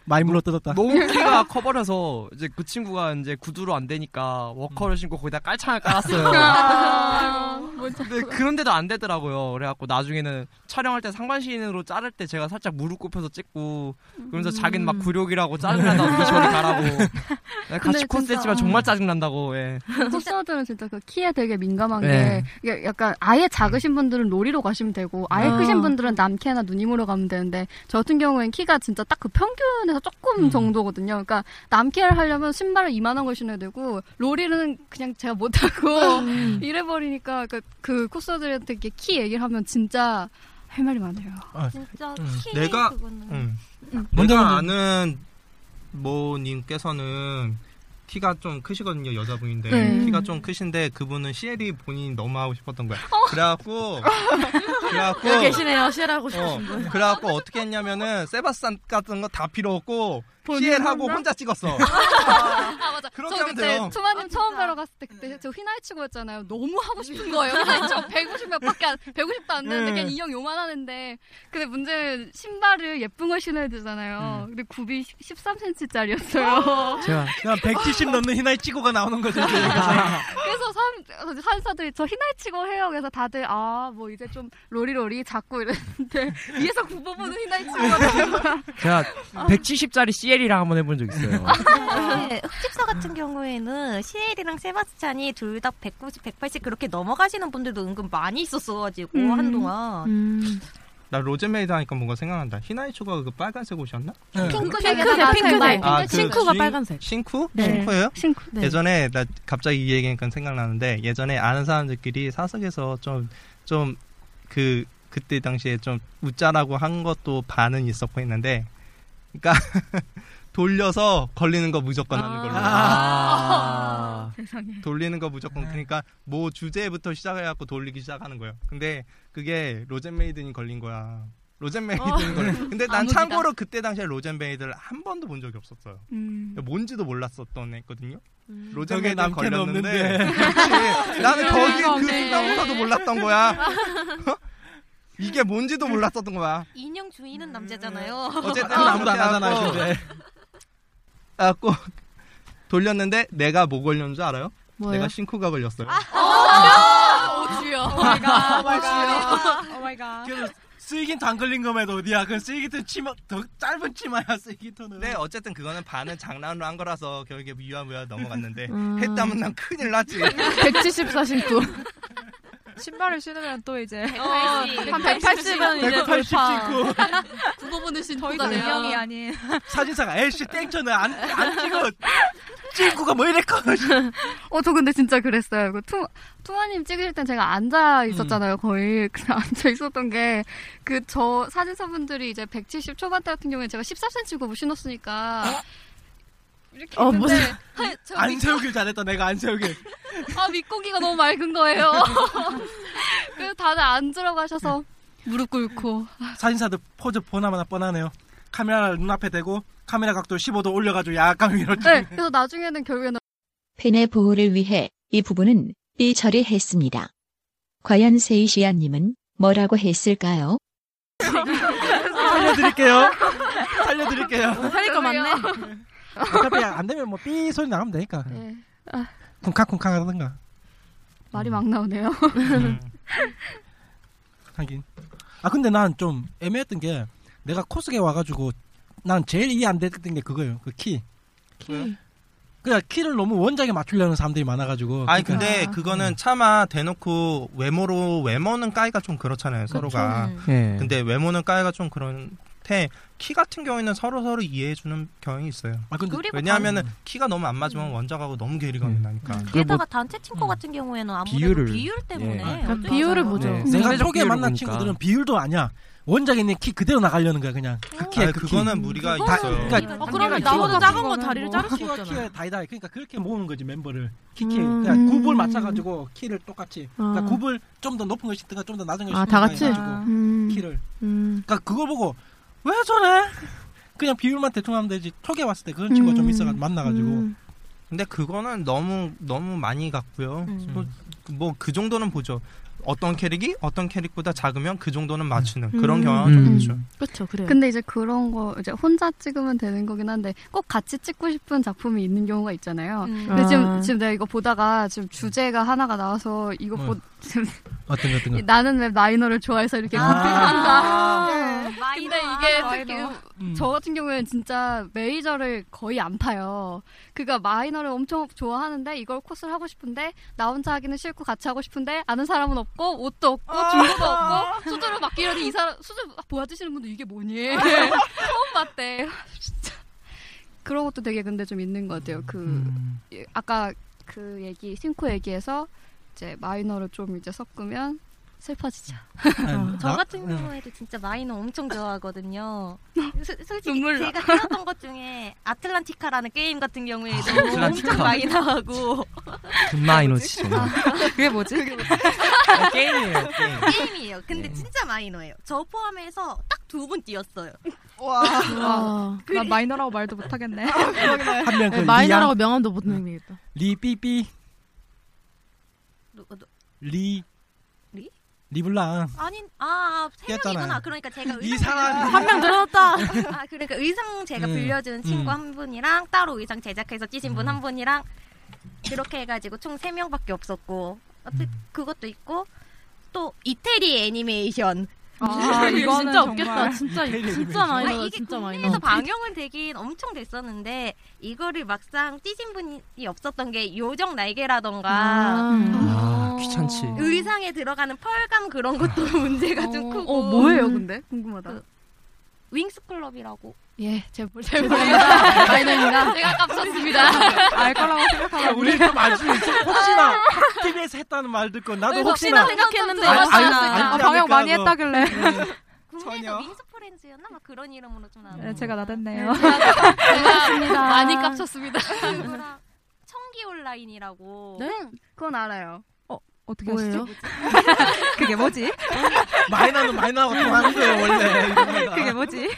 많이 물어 뜯었다.
너무 키가 커버려서 이제 그 친구가 이제 구두로 안 되니까 워커를
음.
신고 거기다 깔창을 깔았어요.
아,
음.
근데 그런데도 안 되더라고요. 그래갖고 나중에는 촬영할 때 상반신으로 자를 때 제가 살짝 무릎 굽혀서 찍고
음.
그러면서 자기는 막 굴욕이라고 짜증난다고 이 저리 가라고 네,
근데
같이 코스
진짜,
했지만
음.
정말 짜증난다고 예.
코스어들은 진짜 그 키에 되게 민감한
네.
게 이게 약간 아예 작으신 분들은 놀이로 가시면 되고 아예
아.
크신 분들은 남캐나 누님으로 가면 되는데 저 같은 경우엔 키가 진짜 딱 그 평균에서 조금 정도거든요. 그러니까 남캐를 하려면 신발을 이만한 걸 신어야 되고 롤이는 그냥 제가 못하고 이래버리니까 그, 그 코스어들한테 이렇게 키 얘기를 하면 진짜 할 말이 많아요.
아,
진짜
음. 내가 음. 내가 아는 모님께서는 키가 좀 크시거든요 여자분인데
네.
키가 좀 크신데 그분은 CL이 본인이 너무 하고 싶었던 거야. 그래갖고 그래갖고
어. 음. 여기 계시네요. 시엘하고
예. 어,
싶으신 분.
그래갖고 어떻게 했냐면은 세바스찬 같은 거 다 필요 없고
본인
CL 하고
혼자?
혼자 찍었어.
아 맞아.
그렇게
저
하면
그때
돼요.
투마님 처음 뵈러 갔을 때 그때 저 휘날치고였잖아요. 너무 하고 싶은 거예요. 휘날치고 150 몇밖에 안, 150도 안 되는데
네.
음.
그냥 인형 요만하는데 근데 문제는 신발을 예쁜 걸 신어야
음.
되잖아요. 근데 굽이 13cm짜리였어요.
제가 그냥 170 넣는 희나이 찍고가 나오는 거죠. 이제
그래서 산, 산사들이 저 휘날치고 해요. 그래서 다들 아 뭐 이제 좀 로리로리 잡고 이랬는데 위에서 굽어보는 휘날치고가
제가
아.
170짜리 CL이랑 한번 해본 적 있어요.
근데 네, 흑집사 같은 경우에는 시엘이랑 세바스찬이 둘 다 190, 180 그렇게 넘어가시는 분들도 은근 많이 있었어가지고
음.
뭐 한동안
나 로즈메이드 하니까 뭔가 생각난다. 히나이초가 그 빨간색 옷이었나?
네. 핑크색에다가 핑크색, 핑크색. 색깔. 싱크가
싱-
빨간색.
싱크?
네.
싱크예요?
싱크.
네.
예전에 나 갑자기 이 얘기니까 생각나는데 예전에 아는 사람들끼리 사석에서 좀 좀 그 그때 당시에 좀 웃자라고 한 것도 반은 있었고 했는데 그러니까 돌려서 걸리는 거 무조건 하는 걸로.
아. 세상에. 네.
돌리는 거 무조건 그러니까 뭐 주제부터 시작해갖고 돌리기 시작하는 거예요. 근데 그게 로젠메이든이 걸린 거야. 로젠메이든
어.
걸린. 거야. 근데 난
아무지다.
참고로 그때 당시에 로젠메이드를 한 번도 본 적이 없었어요.
음.
뭔지도 몰랐었던 애거든요.
음.
로젠메이든
벽에 남캐는
걸렸는데
없는데.
그치. 나는 거기에 그
없네. 아.
순간부터도 몰랐던 거야. 이게 뭔지도 몰랐었던 거야.
인형
음.
주인은 남자잖아요.
어쨌든
아무도 안
그렇게
하잖아요,
하고
근데.
갖고 돌렸는데 내가 뭐 걸렸는 줄 알아요?
뭐예요? 아!
내가 싱크가 걸렸어요.
아!
오, 주여.
오 마이 갓, 오 마이 갓.
오 마이 갓.
아, 그래도 쓰이긴 안 걸린 거면 어디야? 그 쓰이기도 치마 더 짧은 치마야 쓰이기도는.
네, 어쨌든 그거는 반은 장난으로 한 거라서 결국에 유야무야 넘어갔는데
음.
했다면 난 큰일 났지.
174 신고.
신발을 신으면 또 이제
어,
한 180 은 이제 180 돌파.
굽어보는
저희도 인형이 아닌
사진사가 에이씨 땡쳐는 안안 찍어. 찍고가 뭐 이래 커.
어, 저 근데 진짜 그랬어요. 그 투, 투마님 찍으실 땐 제가 앉아 있었잖아요, 거의. 그냥 앉아 있었던 게, 그, 저 사진사분들이 이제 170 초반대 같은 경우에 제가 14cm 굽을 신었으니까. 이렇게
어,
했는데,
무슨-
한- 저
안
밑-
세우길 잘했다. 내가 안 세우길.
아, 밑고기가 너무 맑은 거예요. 그래서 다들 앉으라고 하셔서, 무릎 꿇고.
사진사들 포즈 보나마나 뻔하네요. 카메라 눈앞에 대고 카메라 각도 15도 올려가지고 약간 위로
네, 그래서 나중에는 결국에는
팬의 보호를 위해 이 부분은 삐 처리했습니다. 과연 세이시아님은 뭐라고 했을까요?
살려드릴게요.
어,
살려드릴게요.
살릴 거 맞네.
어차피 안 되면 뭐 삐 소리 나가면 되니까.
네. 아,
쿵쾅쿵쾅 하던가.
말이 막 나오네요.
하긴. 아 근데 난 좀 애매했던 게 내가 코스게 와가지고 난 제일 이해 안 됐던 게 그거예요. 그 키.
키.
그냥 키를 너무 원작에 맞추려는 사람들이 많아가지고.
아니 네.
그러니까
근데 그거는 차마 대놓고 외모로 외모는 까이가 좀 그렇잖아요 서로가.
음. 예.
근데 외모는 까이가 좀 그런데 키 같은 경우에는 서로 서로 이해해주는 경향이 있어요.
아, 근데- 그리고
왜냐하면은
방-
키가 너무 안 맞으면 원작하고 너무 괴리감이
네.
나니까.
뭐
뭐
게다가 단체 친구
음.
같은 경우에는 아무래도 비율
비율을.
때문에
예.
맞아요.
네.
내가
상대적
초기에
비율을
만난
보니까.
친구들은 비율도 아니야. 원작에 있는 키 그대로 나가려는 거야 그냥. 그 키에
아니,
그
그거는
키.
무리가
다-
있어요.
그러니까
어, 그러면 나보다 작은 건 다리를 자를 수
키와
없잖아.
키에 다이다. 그러니까 그렇게 모으는 거지 멤버를. 키키 그냥 굽을 맞춰가지고 키를 똑같이. 그러니까
음. 아.
굽을 좀 더 높은 걸 신든가 좀 더 낮은 걸
아,
신든가
다 같이?
해가지고
아. 음.
키를.
음.
그러니까 그걸 보고 왜 저래? 그냥 비율만 대충하면 되지. 톡에 왔을 때 그런 친구가
음.
좀 있어가 만나가지고.
음.
근데 그거는 너무 너무 많이 갔고요. 뭐 그 정도는 보죠. 어떤 캐릭이 어떤 캐릭보다 작으면 그 정도는 맞추는 그런
음.
경향이 좀
음.
있죠.
그렇죠, 그래요.
근데 이제 그런 거 이제 혼자 찍으면 되는 거긴 한데 꼭 같이 찍고 싶은 작품이 있는 경우가 있잖아요.
음.
근데
아.
지금 지금 내가 이거 보다가 지금 주제가 하나가 나와서 이거
뭐.
보 지금
음. 아, 어떤 거 어떤 거.
나는 왜 마이너를 좋아해서 이렇게 검색한다. 네. 근데 이게 아. 특히
마이너.
음.
저 같은 경우에는 진짜 메이저를 거의 안 파요. 그니까 마이너를 엄청 좋아하는데 이걸 코스를 하고 싶은데 나 혼자 하기는 싫고 같이 하고 싶은데 아는 사람은 없고 옷도 없고 어, 중고도 없고 수저로 맡기려니 이 사람 수저 보여주시는 분도 이게 뭐니?
아, 네.
처음 봤대. 진짜 그런 것도 되게 근데 좀 있는 것 같아요. 그
음.
예, 아까 그 얘기 싱코 얘기에서 이제 마이너를 좀 이제 섞으면 슬퍼지죠.
어, 저
네.
같은 경우에도 진짜 마이너 엄청 좋아하거든요. 스- 솔직히
눈물 나.
제가 해왔던 것 중에 아틀란티카라는 게임 같은 경우에도
아틀란티카.
엄청 마이너 하고
그 금마이너지 정말.
그게 뭐지?
아, 게임이에요, 게임.
게임이에요.
음.
근데 진짜 마이너예요. 저 포함해서 딱 두 분 뛰었어요.
와. 와. 난 아, 마이너라고 말도 못하겠네. 네,
한 명, 그
마이너라고
리안.
어, 명함도
음.
못 내밀겠다.
리삐삐 리
리?
리블랑
아닌 아세 명이구나.
뛰었잖아요.
그러니까 제가
이
의상
사람이.
한명
늘어났다.
아 그러니까 의상 제가
음,
빌려준 친구
음.
한 분이랑 따로 의상 제작해서 찢은 분 한 분이랑 그렇게 해가지고 총 세 명밖에 없었고 어떻게 그것도 있고 또 이태리 애니메이션.
아, 이거는 진짜 없겠다. 정말. 진짜,
이태리
진짜
애니메이션.
많이
아니,
나와,
이게
진짜 많이
국내에서
나와.
방영은 되긴 엄청 됐었는데 이거를 막상 찢은 분이 없었던 게 요정 날개라던가
아.
음.
아,
어.
귀찮지.
의상에 들어가는 펄감 그런 것도 문제가 좀 크고. 그
어 뭐예요 근데 궁금하다.
윙스클럽이라고.
예, 제볼 제볼입니다. 마이너입니다. 제가 깜쳤습니다.
알 거라고
생각하고
아, 우리 좀 알수 있어. 혹시나 TV에서 했다는 말 듣고 나도
혹시나
혹시나,
생각했는데
알- 알-
혹시나.
알지
아,
않을까
방역 많이
하고.
했다길래.
국내에서 윙스프렌즈였나? 막 그런 이름으로 좀 나왔어요.
네, 제가 나댔네요.
깜쳤습니다. 많이 깜쳤습니다.
그거랑 청기 온라인이라고.
네? 그건 알아요.
어, 어떻게
뭐예요?
그게 뭐지?
마이너는
어,
마이너하고 통하는 거예요 원래. 이런 거다.
그게 뭐지?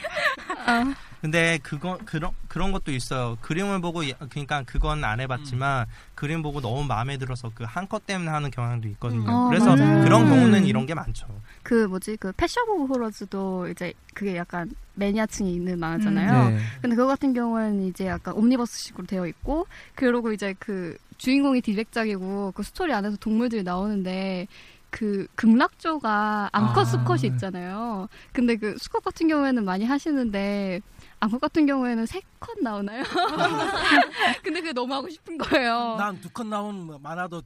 근데 그거 그런 그런 것도 있어요. 그림을 보고 예- 그러니까 그건 안 해봤지만
음.
그림 보고 너무 마음에 들어서 그 한 컷 때문에 하는 경향도 있거든요.
음. 어,
그래서
맞아요.
그런 경우는
음.
이런 게 많죠.
그 뭐지 그 패션 오브 호러즈도 이제 그게 약간 매니아층이 있는 만화잖아요.
음. 네.
근데 그거 같은 경우는 이제 약간 옴니버스식으로 되어 있고 그러고 이제 그 주인공이 디렉작이고 그 스토리 안에서 동물들이 나오는데 그 극락조가 암컷
아.
수컷이 있잖아요. 근데 그 수컷 같은 경우에는 많이 하시는데 암컷 같은 경우에는 세 컷 나오나요? 근데 그게 너무 하고 싶은 거예요.
난 두 컷 나온 만화도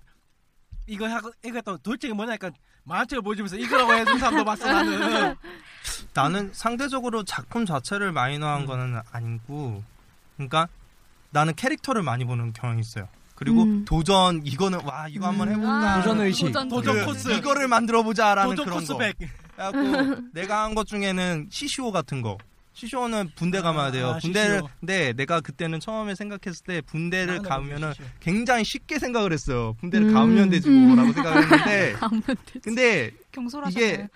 이거 하고 이거 했던 도대체 뭐냐 약간 만화책을 보여주면서 이거라고 해준 사람도 봤어 나는.
나는 상대적으로 작품 자체를
음.
마이너한 거는 아니고, 그러니까 나는 캐릭터를 많이 보는 경향이 있어요. 그리고
음.
도전 이거는 와 이거 한번 해볼까
아, 도전 의식. 도전
그,
코스.
이거를 만들어 보자라는
도전
그런
코스백.
거 그래갖고 내가 한 것 중에는 시시오 같은 거 시시오는 분대 감아야 돼요
아,
분대를
시시오.
근데 내가 그때는 처음에 생각했을 때 분대를
나는
감으면은 굉장히 쉽게 생각을 했어요 분대를 감으면
음.
되지
음.
뭐라고 생각을 했는데
감으면 되지.
근데
경솔하셨네요.
이게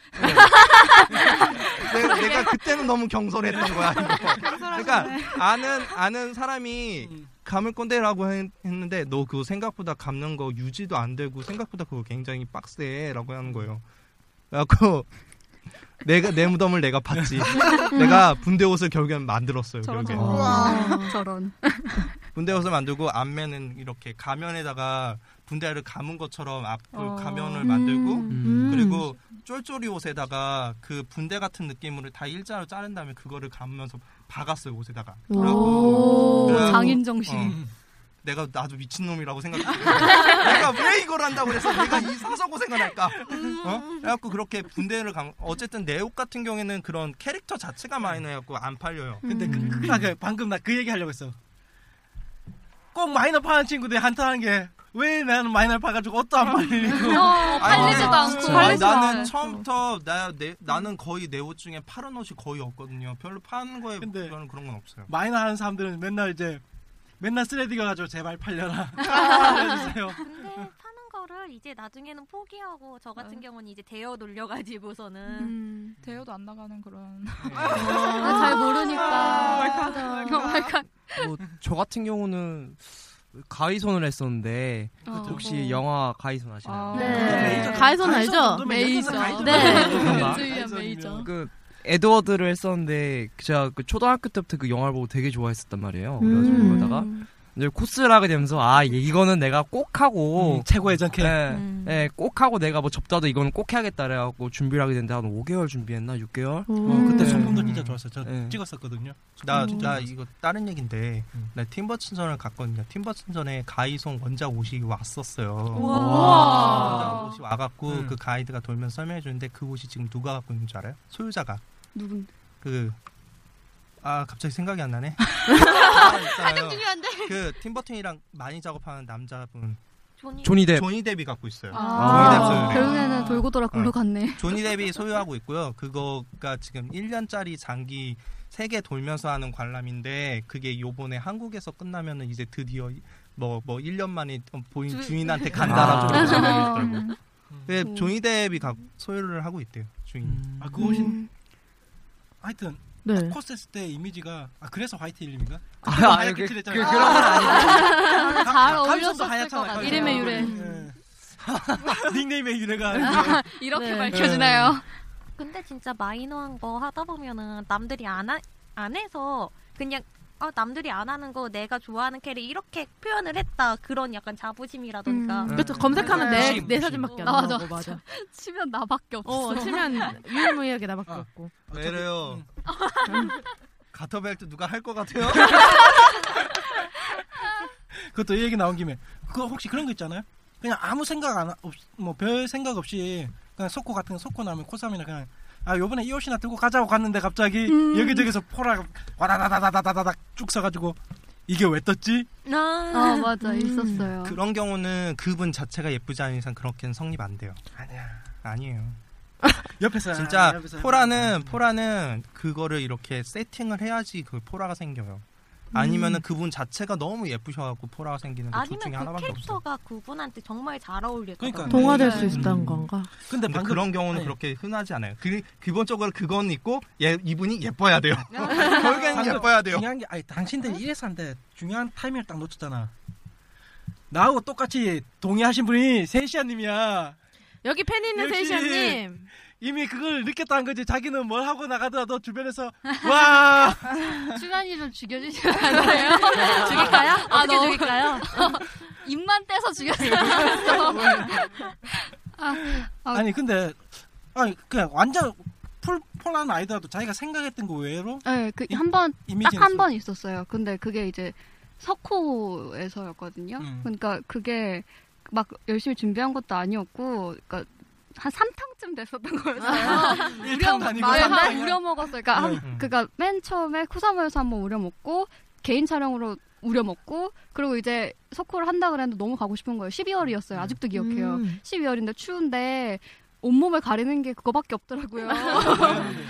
내, 내가 그때는 너무 경솔했던 거야. 이거. 그러니까 아는 아는 사람이
음.
감을 건데라고 했- 했는데 너 그거 생각보다 감는 거 유지도 안 되고 생각보다 그거 굉장히 빡세라고 하는 거예요. 그래갖고 내가 내 무덤을 내가 봤지. 내가 분대 옷을 결국엔 만들었어요. 결국엔.
저런.
분대 옷을 만들고 앞면은 이렇게 가면에다가 분대를 감은 것처럼 앞으로
어.
가면을
음.
만들고
음.
그리고 쫄쫄이 옷에다가 그 분대 같은 느낌으로 다 일자로 자른 다음에 그거를 감으면서 박았어요 옷에다가.
오,
그래갖고, 어.
장인 정신.
내가 나도 미친놈이라고 생각했어. 내가 왜 이걸 한다고 그랬어? 내가 이 사서 고생을 할까? 어? 그래갖고 그렇게 분대를 감. 어쨌든 내 옷 같은 경우에는 그런 캐릭터 자체가 마이너해갖고 안 팔려요.
음.
근데 그, 그, 나 그- 방금 나 그 얘기 하려고 했어. 꼭 마이너 파는 친구들이 한탄한 게 왜 나는 마이너 파가지고 옷도 안 팔리고
어,
팔리지도 않고.
아니,
팔리지도
나는
않고.
처음부터 나, 내, 나는 거의 내 옷 중에 파란 옷이 거의 없거든요. 별로 파는 거에 별로 그런 건 없어요.
마이너 하는 사람들은 맨날 이제 맨날 쓰레기가 가지고 제발 팔려라. 아, 알려주세요.
근데 파는 거를 이제 나중에는 포기하고 저
어.
같은 경우는 이제 대여 돌려가지고서는
음.
음, 대여도 안 나가는 그런. 아,
잘 모르니까.
말카.
말카.
어, 뭐, 저 같은 경우는 가위손을 했었는데
어.
혹시 영화 가위손 아시나요?
네. 가이손 알죠? 메이저.
아.
네. 메이저야, 메이저.
그 에드워드를 했었는데 제가 그 초등학교 때부터 그 영화를 보고 되게 좋아했었단 말이에요.
음.
그래가지고 그러다가 이제 코스를 하게 되면서 아 얘- 이거는 내가 꼭 하고
음, 최고의 전캐.
네, 네, 꼭 하고 내가 뭐 접다도 이거는 꼭 해야겠다 그래갖고 준비를 하게 됐는데 한 5개월 준비했나 6개월?
음.
어,
네.
그때
손품도 진짜 좋았어요. 저 찍었었거든요.
나,
음.
나 이거 다른 얘기인데
음.
나 팀버친선을 갔거든요. 팀버친선에 가이송 원작 옷이 왔었어요.
우와.
원작 옷이 와갖고
음.
그 가이드가 돌면서 설명해 주는데 그 옷이 지금 누가 갖고 있는 줄 알아요? 소유자가
누군?
그 아, 갑자기 생각이 안 나네.
아,
가장 중요한데. 그 팀버튼이랑 많이 작업하는 남자분.
조니,
조니 뎁.
조니 뎁이 갖고 있어요.
아.
조니 뎁 소유래요.
결국에는 돌고 돌아 골로 갔네.
조니 뎁이 소유하고 있고요. 그거가 지금 1년짜리 장기 세계 돌면서 하는 관람인데 그게 요번에 한국에서 끝나면은 이제 드디어 뭐뭐 1년 만에 보인
주-
주인한테
아.
간다라고 그런 생각이
아.
들더라고요. 네, 근데
음.
조니 뎁이 가- 소유를 하고 있대요. 음. 주인.
아, 그 옷이 하여튼
네.
딱 코스 했을 때 이미지가 아 그래서 화이트 일입니까?
아,
그때도
아니,
하얗게
그-
칠했잖아요.
그- 그런 건 아니고.
아,
잘
가-
어울렸었을
가위손도 하얗잖아요.
것 같아요.
가위손도.
이름의 유래.
예. 아, 닉네임의 유래가
아,
이제-
이렇게
네.
밝혀지나요?
근데 진짜 마이너한 거 하다 보면은 남들이 안, 하, 안 해서 그냥 아, 남들이 안 하는 거 내가 좋아하는 캐릭 이렇게 표현을 했다 그런 약간 자부심이라던가 네.
음. 그쵸, 검색하면 내- 부심, 내 사진밖에 안
맞아,
나오고, 맞아.
치면 나밖에 없어.
어,
네,
치면 유일무이하게
어.
나밖에 없고.
왜 이래요?
음. 네,
가터벨트 누가 할 것 같아요?
그것도 이 얘기 나온 김에 그거 혹시 그런 거 있잖아요. 그냥 아무 생각 안 뭐 별 생각 없이 그냥 소코 같은 거 소코 나면 코삼이나 그냥 아 요번에 이 옷이나 들고 가자고 갔는데 갑자기
음.
여기저기서 포라 와다다다다다다닥 쭉 써가지고 이게 왜 떴지?
아,
어, 맞아.
음.
있었어요.
그런 경우는 그분 자체가 예쁘지 않은 이상 그렇게는 성립 안 돼요. 아니야. 아니에요.
옆에서
진짜
옆에서.
포라는 포라는 그거를 이렇게 세팅을 해야지 그 포라가 생겨요. 아니면은 그분 자체가 너무 예쁘셔갖고 포라가 생기는 거 둘 중에
아니면 그
하나밖에 없어.
캐릭터가 그분한테 정말 잘 어울릴 것 같아요. 네.
동화될 수 있다는 건가?
근데,
방금, 네. 그런 경우는 그렇게 흔하지 않아요. 그 기본적으로 그건 있고 얘 이분이 예뻐야 돼요. 결국엔
방금
예뻐야 돼요.
중요한 게 아니
어?
당신들 이래서 한데 중요한 타이밍을 딱 놓쳤잖아. 나하고 똑같이 동의하신 분이 세시아님이야.
여기 팬 있는
역시
세이션님.
이미 그걸 느꼈다는 거지. 자기는 뭘 하고 나가더라도 주변에서 와
주간이 좀 죽여주시면 안 돼요? 죽일까요?
어떻게 죽일까요?
입만 떼서 죽였어요. 아, 아,
아니 근데 아니 그냥 완전 풀 폴라는 아이더라도 자기가 생각했던 거 외로
네, 그 한 번,
이미지는
딱 한
소-
번 있었어요. 근데 그게 이제 석호에서였거든요.
음.
그러니까 그게 막 열심히 준비한 것도 아니었고, 그러니까 한 3탕쯤 됐었던 거였어요.
일탕도 아니고
네,
삼탕이야?
한 우려 먹었어요. 그러니까, 한-
음.
그러니까 맨 처음에 코사무에서 한번 우려 먹고, 개인 촬영으로 우려 먹고, 그리고 이제 석호를 한다 그랬는데 너무 가고 싶은 거예요. 12월이었어요. 아직도 기억해요.
음.
12월인데 추운데, 온몸을 가리는 게 그거밖에 없더라고요.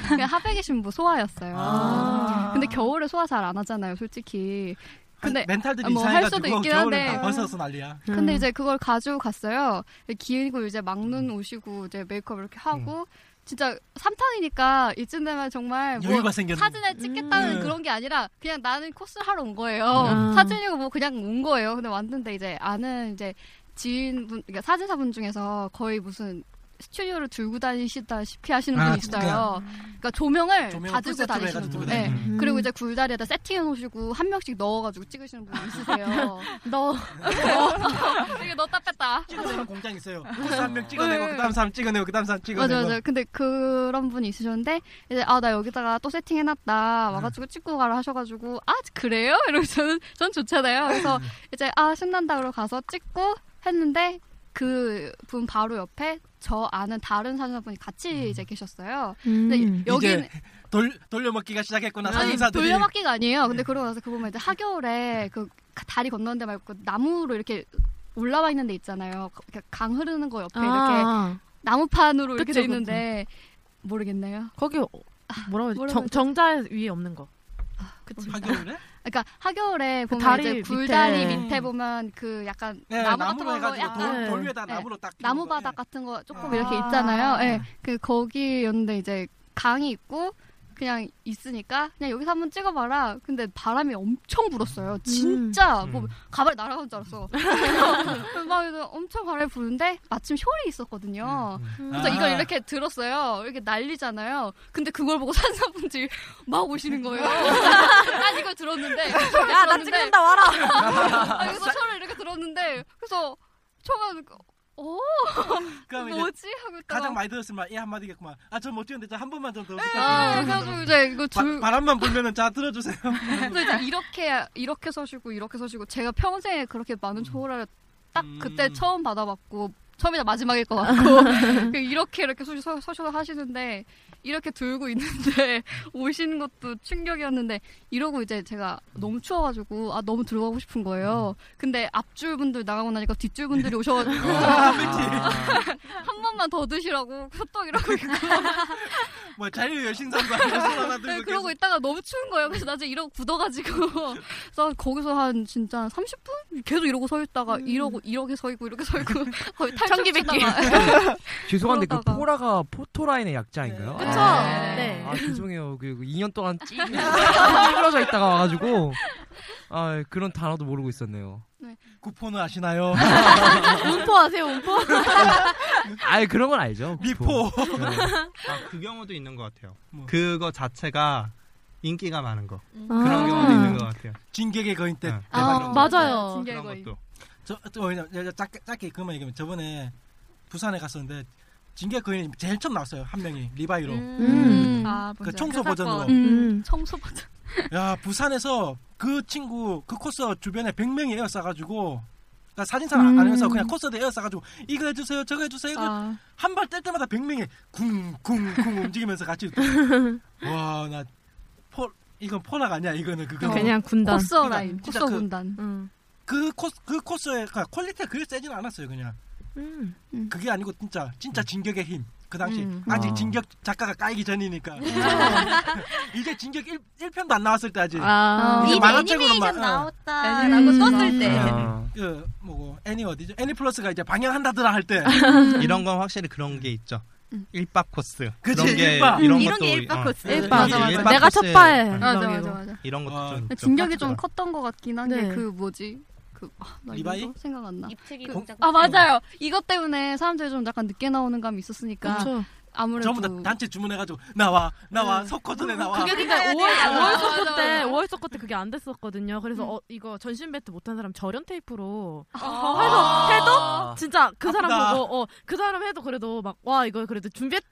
그냥 하백의 신부 소아였어요. 근데 겨울에 소화 잘 안 하잖아요, 솔직히. 근데
멘탈들이
아, 뭐
이상해가지고
할 수도 있긴
겨울에
한데. 음.
다 벗어서 난리야.
근데 이제 그걸 가지고 갔어요. 기고 이제 막눈 오시고 이제 메이크업 이렇게
음.
하고 진짜 삼탕이니까 이쯤 되면 정말 뭐
여유가 생겼네.
사진에 찍겠다는
음.
그런 게 아니라 그냥 나는 코스 하러 온 거예요.
음.
사진이고 뭐 그냥 온 거예요. 근데 왔는데 이제 아는 이제 지인분 그러니까 사진사분 중에서 거의 무슨 스튜디오를 들고 다니시다시피 하시는
아,
분이
진짜.
있어요.
음.
그러니까 조명을
조명을
다 들고
풀세트로
다니시는
해가지고
분.
들고
네.
다니는 분.
그리고 이제 굴다리에다 세팅해 놓으시고 한 명씩 넣어가지고 찍으시는 분 있으세요.
너.
이게 넣었다 뺐다.
찍어내는 공장 있어요. 한명 찍어내고 그다음 사람 찍어내고 그다음 사람 찍어내고.
음. 맞아 맞아. 근데 그런 분이 있으셨는데 이제 아 나 여기다가 또 세팅해놨다 와가지고 찍고 가라 하셔가지고 아 그래요? 이러고 저는 전 좋잖아요. 그래서 이제 아 신난다 그러고 가서 찍고 했는데 그 분 바로 옆에 저 아는 다른 사진사분이 같이 이제 계셨어요.
음.
근데 여기
이제 돌 돌려먹기가 시작했구나
아니,
사진사들이. 네.
돌려막기가 아니에요. 근데 그러고 나서 그거 이제 하겨울에 그 다리 건너는 데 말고 나무로 이렇게 올라와 있는 데 있잖아요. 이렇게 강 흐르는 거 옆에
아.
이렇게 나무판으로 이렇게
그쵸,
돼 있는데 모르겠네요. 아,
거기 어, 뭐라고 해야 되지?
뭐라고
정,
하죠?
정자 위에 없는 거.
아,
그치.
하겨울에?
그러니까 하겨울에
그
보면
다리
이제
밑에.
굴다리 밑에. 보면 그 약간
네,
나무 같은
나무로
거
해가지고
약간 네,
돌- 돌 위에다 나무로 딱
나무 바닥 같은 거 조금 네,
아.
이렇게 있잖아요. 예. 그 거기였는데 이제 강이 있고 그냥 있으니까 그냥 여기서 한번 찍어봐라. 근데 바람이 엄청 불었어요. 진짜
음.
뭐 가발이 날아간 줄 알았어. 막 이렇게 엄청 바람이 부는데 마침 효리 있었거든요. 그래서
아.
이걸 이렇게 들었어요. 이렇게 날리잖아요. 근데 그걸 보고 산사분들이 막 오시는 거예요. 난 이걸 들었는데
야, 나 찍는다, 와라.
아, 그래서 저를 이렇게 들었는데 그래서 저가 오
그럼 이제
뭐지 하고 있다가
가장 많이 들었을 말이 한마디겠구만. 아, 저 못 찍는데 저한 번만 좀 더.
아, 그래가지고 이제 이거 줄-
바, 람만 불면은 자 들어주세요.
그래서 이제 이렇게 이렇게 서시고 이렇게 서시고 제가 평생에 그렇게 많은 초월을 딱 그때 처음 받아봤고 처음이자 마지막일 것 같고 그 이렇게 이렇게 서시, 서, 서셔서 하시는데 이렇게 들고 있는데 오시는 것도 충격이었는데 이러고 이제 제가 너무 추워가지고 아 너무 들어가고 싶은 거예요. 근데 앞줄 분들 나가고 나니까 뒷줄 분들이 오셔가지고 한 번만 더 드시라고 호떡 이러고 있고
뭐 자유 여신상도 아니라 손 하나
네,
들고 계속
그러고 있다가 너무 추운 거예요. 그래서 나중에 이러고 굳어가지고 그래서 거기서 한 진짜 한 30분 계속 이러고 서 있다가 이러고 이렇게 서 있고 이렇게 서 있고 거의
청기백기.
탈출하다가
죄송한데 그
그러다가.
포라가 포토라인의 약자인가요?
그쵸.
어,
아,
네.
아 죄송해요. 그 2년 동안 찌- 찌그러져 있다가 와가지고 아 그런 단어도 모르고 있었네요.
쿠폰을 아시나요?
운포 아세요, 운포?
아예 그런 건 알죠. 네. 미포.
아, 그 경우도 있는 것 같아요.
뭐.
그거 자체가 인기가 많은 거.
음.
그런
아.
경우도 있는 것 같아요.
진격의 거인 때.
아, 맞아요. 진격의 거인.
저, 저, 왜냐면 제가 짧게, 짧게 그만 얘기하면 저번에 부산에 갔었는데 진격의 거인이 제일 처음 나왔어요. 한 명이. 리바이로.
음. 아,
그
뭔지
청소
알겠다.
버전으로.
음. 청소 버전.
야, 부산에서 그 친구, 그 코스 주변에 100명이 에어싸가지고 그러니까 사진사는 안- 안
음.
해서 그냥 코스에 에어싸가지고 이거 해주세요, 저거 해주세요.
아.
한 발 뗄 때마다 100명이 쿵쿵쿵 움직이면서 같이 와, 나 포, 이건 포락 아니야, 이거는 그거.
그냥 군단.
코스 라인,
진짜
코스
그-
군단.
그 코스 그 코스의 그러니까 퀄리티가 그리 세진 않았어요 그냥 음. 그게 아니고 진짜
음.
진짜 진격의 힘 그 당시
음.
아직
아.
진격 작가가 까이기 전이니까 이제 진격 1, 편도안 나왔을 때 아직
아. 이제
만화책으로만,
애니메이션
어.
나왔다라고 음. 떴을 때.
아.
그 뭐고 애니 어디죠 애니 플러스가 이제 방영한다더라 할 때
이런 건 확실히 그런 게 있죠. 일박 코스.
음. 그치,
그런 게
일박.
예,
네,
이런
이런
것도
게 일박
어,
코스.
이런
음, 일박.
게
맞아, 맞아.
일박
내가
코스에
첫발.
관련된
맞아, 맞아,
거.
맞아.
이런 것도 좀
진격이 좀 컸던 것 같긴 한데
네.
그 뭐지? 그 아, 나
리바이?
이름도 생각 안 나.
입체기
그-
공작.
음.
아 맞아요. 이것 때문에 사람들이 좀 약간 늦게 나오는 감이 있었으니까
그쵸.
아무래도
전부 다 단체 주문해가지고 나와 나와 석호전에 아, 나와
음. 그게 그러니까 근데 5월, 5월 석고 때, 5월 석고 때 그게 안 됐었거든요. 그래서
음.
어, 이거 전신 배트 못한 사람 절연 테이프로
아.
해서 해도 진짜 그
아프다.
사람 보고 어, 그 사람 해도 그래도 막 와 이거 그래도 준비했다.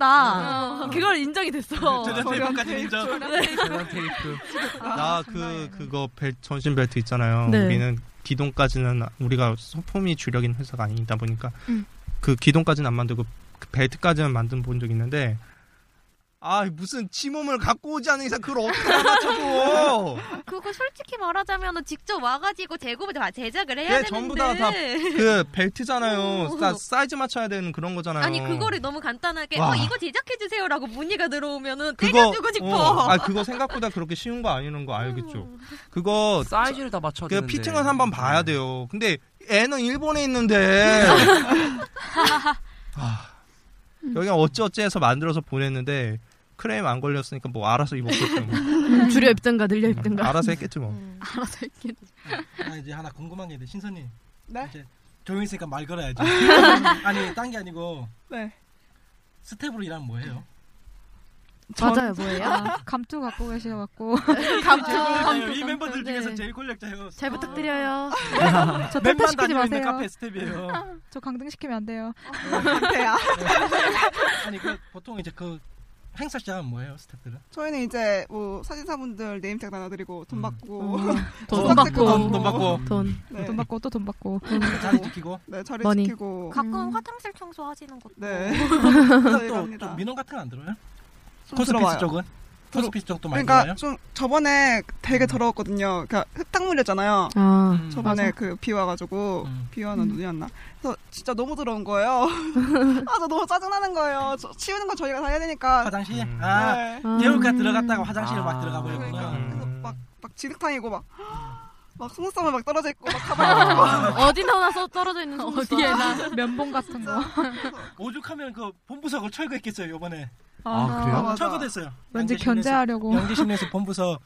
어.
음.
그걸 인정이
뭐.
됐어.
절연 테이프까지는 인정.
절연 테이프.
아,
나그 그거 벨, 전신 벨트 있잖아요.
네.
우리는 기동까지는 우리가 소품이 주력인 회사가 아니다 보니까
음.
그 기동까지는 안 만들고 그 벨트까지만 만든 본 적 있는데 아 무슨 지몸을 갖고 오지 않은 이상 그걸 어떻게 맞춰고
그거 솔직히 말하자면 직접 와가지고 제고 제작을 해야
그게
되는데
네, 전부 다 다 그 벨트잖아요. 그러니까 사이즈 맞춰야 되는 그런 거잖아요.
아니 그거를 너무 간단하게
와.
어, 이거 제작해 주세요라고 문의가 들어오면은
그거-
때려주고 싶어. 음.
어, 아 그거 생각보다 그렇게 쉬운 거 아니는 거 알겠죠. 그거
사이즈를 다 맞춰야
그
되는데.
피팅은 한번 봐야 돼요. 근데 애는 일본에 있는데 아. 여기 어찌어찌해서 만들어서 보냈는데 크레임 안 걸렸으니까 뭐 알아서 입었겠죠. 뭐.
음, 줄여 입든가 늘려 입든가.
알아서 했겠지 뭐.
알아서 했겠지.
어, 나 이제 하나 궁금한 게 있는데 신선님
네?
이제 조용히 있으니까 말 걸어야지 아니 딴 게 아니고
네.
스텝으로 일하면 뭐예요?
저는-
뭐
아, 감투 갖고 계셔갖고
감투 이 멤버들 중에서 제일 권력자예요.
잘 부탁드려요.
저
맨만
탈퇴시키지
다니고 있는
마세요.
카페 스텝이에요.
아. 저 강등시키면 안 돼요.
아,
아, 뭐,
네.
강태야.
네. 아니 그 보통 이제 그 행사 시작하면 뭐예요 스텝들은?
저희는 이제 뭐 사진사분들 네임택 나눠드리고 돈 받고
뭐. 돈
수납
받고.
체크
음. 돈, 돈 받고.
돈.
음, 네.
돈 받고 또 돈 받고
자리 지키고. 음.
네 자리
머니.
지키고
가끔 화장실 청소하시는 것도.
네.
또좀 민원 같은 거 안 들어요? 코스피스 쪽은? 코스피스 쪽도 많이
그러니까
들어요? 음.
좀 저번에 되게 더러웠거든요. 그러니까 흙탕물이었잖아요.
아. 음.
저번에
맞아.
그 비 와가지고
음.
비 와나 눈이 왔나. 그래서 진짜 너무 더러운 거예요. 아 저 너무 짜증나는 거예요. 저- 치우는 건 저희가 다 해야 되니까.
화장실? 아,
네.
예우가
음.
들어갔다가 화장실에 막 들어가 버렸구나.
그러니까. 막 진흙탕이고 막. 막 속눈썹을 막 떨어져 있고 막
아,
가발
어디나 서 떨어져 있는 속눈썹. 어디에나.
면봉 아, 같은 거.
오죽하면 그 본부석을 철거했겠어요, 요번에.
아,
그래요?
맞아.
철거됐어요.
왠지
양재시민에서-
견제하려고.
양재시민에서 본부서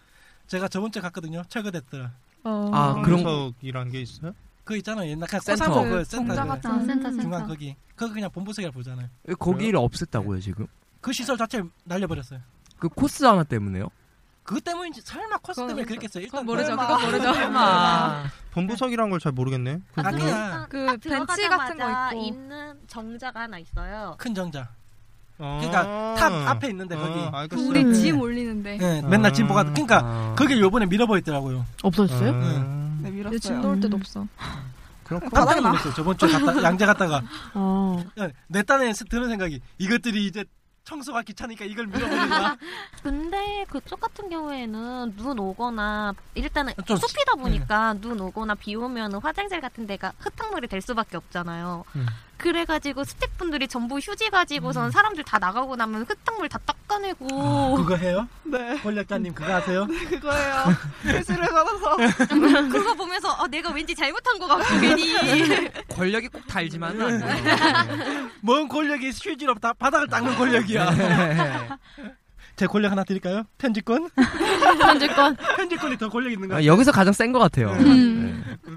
제가 저번 주에 갔거든요. 철거됐더라. 음.
어.
아, 그런 석이라는 게 있어요?
그 있잖아요. 옛날 그냥
센터.
센터
그
그 센터
공장
그
같은 아, 센터, 센터.
중간 거기 그거 그냥 본부석이라 보잖아요.
거기를 없앴다고요 지금?
그 시설 자체 날려버렸어요.
그 코스 하나 때문에요?
그것 때문인지 설마 코스 때문에 그랬겠어요. 일단 네.
모르죠.
설마.
그건 모르죠.
아.
설마. 본부석이란 걸 잘 모르겠네.
아, 그냥
그
벤치 같은 거 있고.
있는 정자가 하나 있어요.
큰 정자. 그러니까 탑 앞에 있는데 거기.
그
우리 짐 올리는데.
아, 네, 맨날 짐 보가 그러니까 거길 요번에 밀어버렸더라고요.
없어졌어요?
네, 밀었어요.
내 짐도 올 때도 없어.
아. 그렇고
바닥에
바닥에
나.
밀었어요. 저번 주에 갔다 양재 갔다가 네,
어.
아,
내 딴에 드는 생각이 이것들이 이제 청소가 귀찮으니까 이걸 밀어버리나.
근데 그쪽 같은 경우에는 눈 오거나 일단은
좀
숲이다
네.
시-
보니까 눈 오거나 비 오면 화장실 같은 데가 흙탕물이 될 수밖에 없잖아요. 그래가지고 스태프분들이 전부 휴지 가지고선
음.
사람들 다 나가고 나면 흙탕물 다 닦아내고
그거 해요? 네. 권력자님 그거 아세요?
그거예요.
회수를 받아서
그거 보면서 어, 내가 왠지 잘못한 거 같고 괜히
권력이 꼭 달지만은
뭔 권력이 휴지로 다 바닥을 닦는
네.
권력이야. 제 권력 하나 드릴까요? 편집권?
편집권?
편집권이 더 권력 있는 거야.
아, 여기서 가장 센 것 같아요.
음.
네.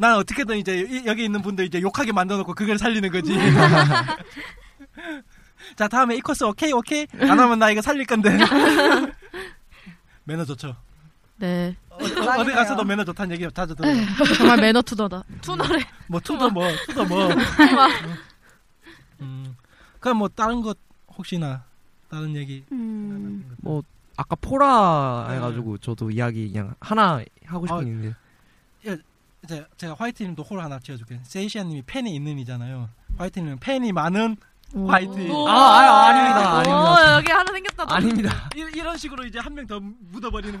난 어떻게든 이제 이- 여기 있는 분들 이제 욕하게 만들어놓고 그걸 살리는 거지. 자 다음에 이 코스 오케이 오케이 안 하면 나 이거 살릴 건데. 매너 좋죠.
네.
어, 어, 디 가서도 매너 좋다는 얘기 자주 들어요.
음.
정말 매너 투더다. 투너래.
뭐 투더 뭐 투더 뭐.
투마.
그럼 뭐 다른 것 혹시나 다른 얘기
음.
뭐 아까 포라
네.
해가지고 저도 이야기 그냥 하나 하고 싶은
아,
게 있는데
예, 제- 제가 화이트님도 호로 하나 지어줄게요. 세이시아님이 팬이 있는이잖아요. 화이트님은 팬이 많은 화이트.
오. 아, 아, 아닙니다.
오,
아닙니다. 오, 여기 하나 생겼다, 또.
아닙니다.
이, 이런 식으로 이제 한 명 더 묻어버리는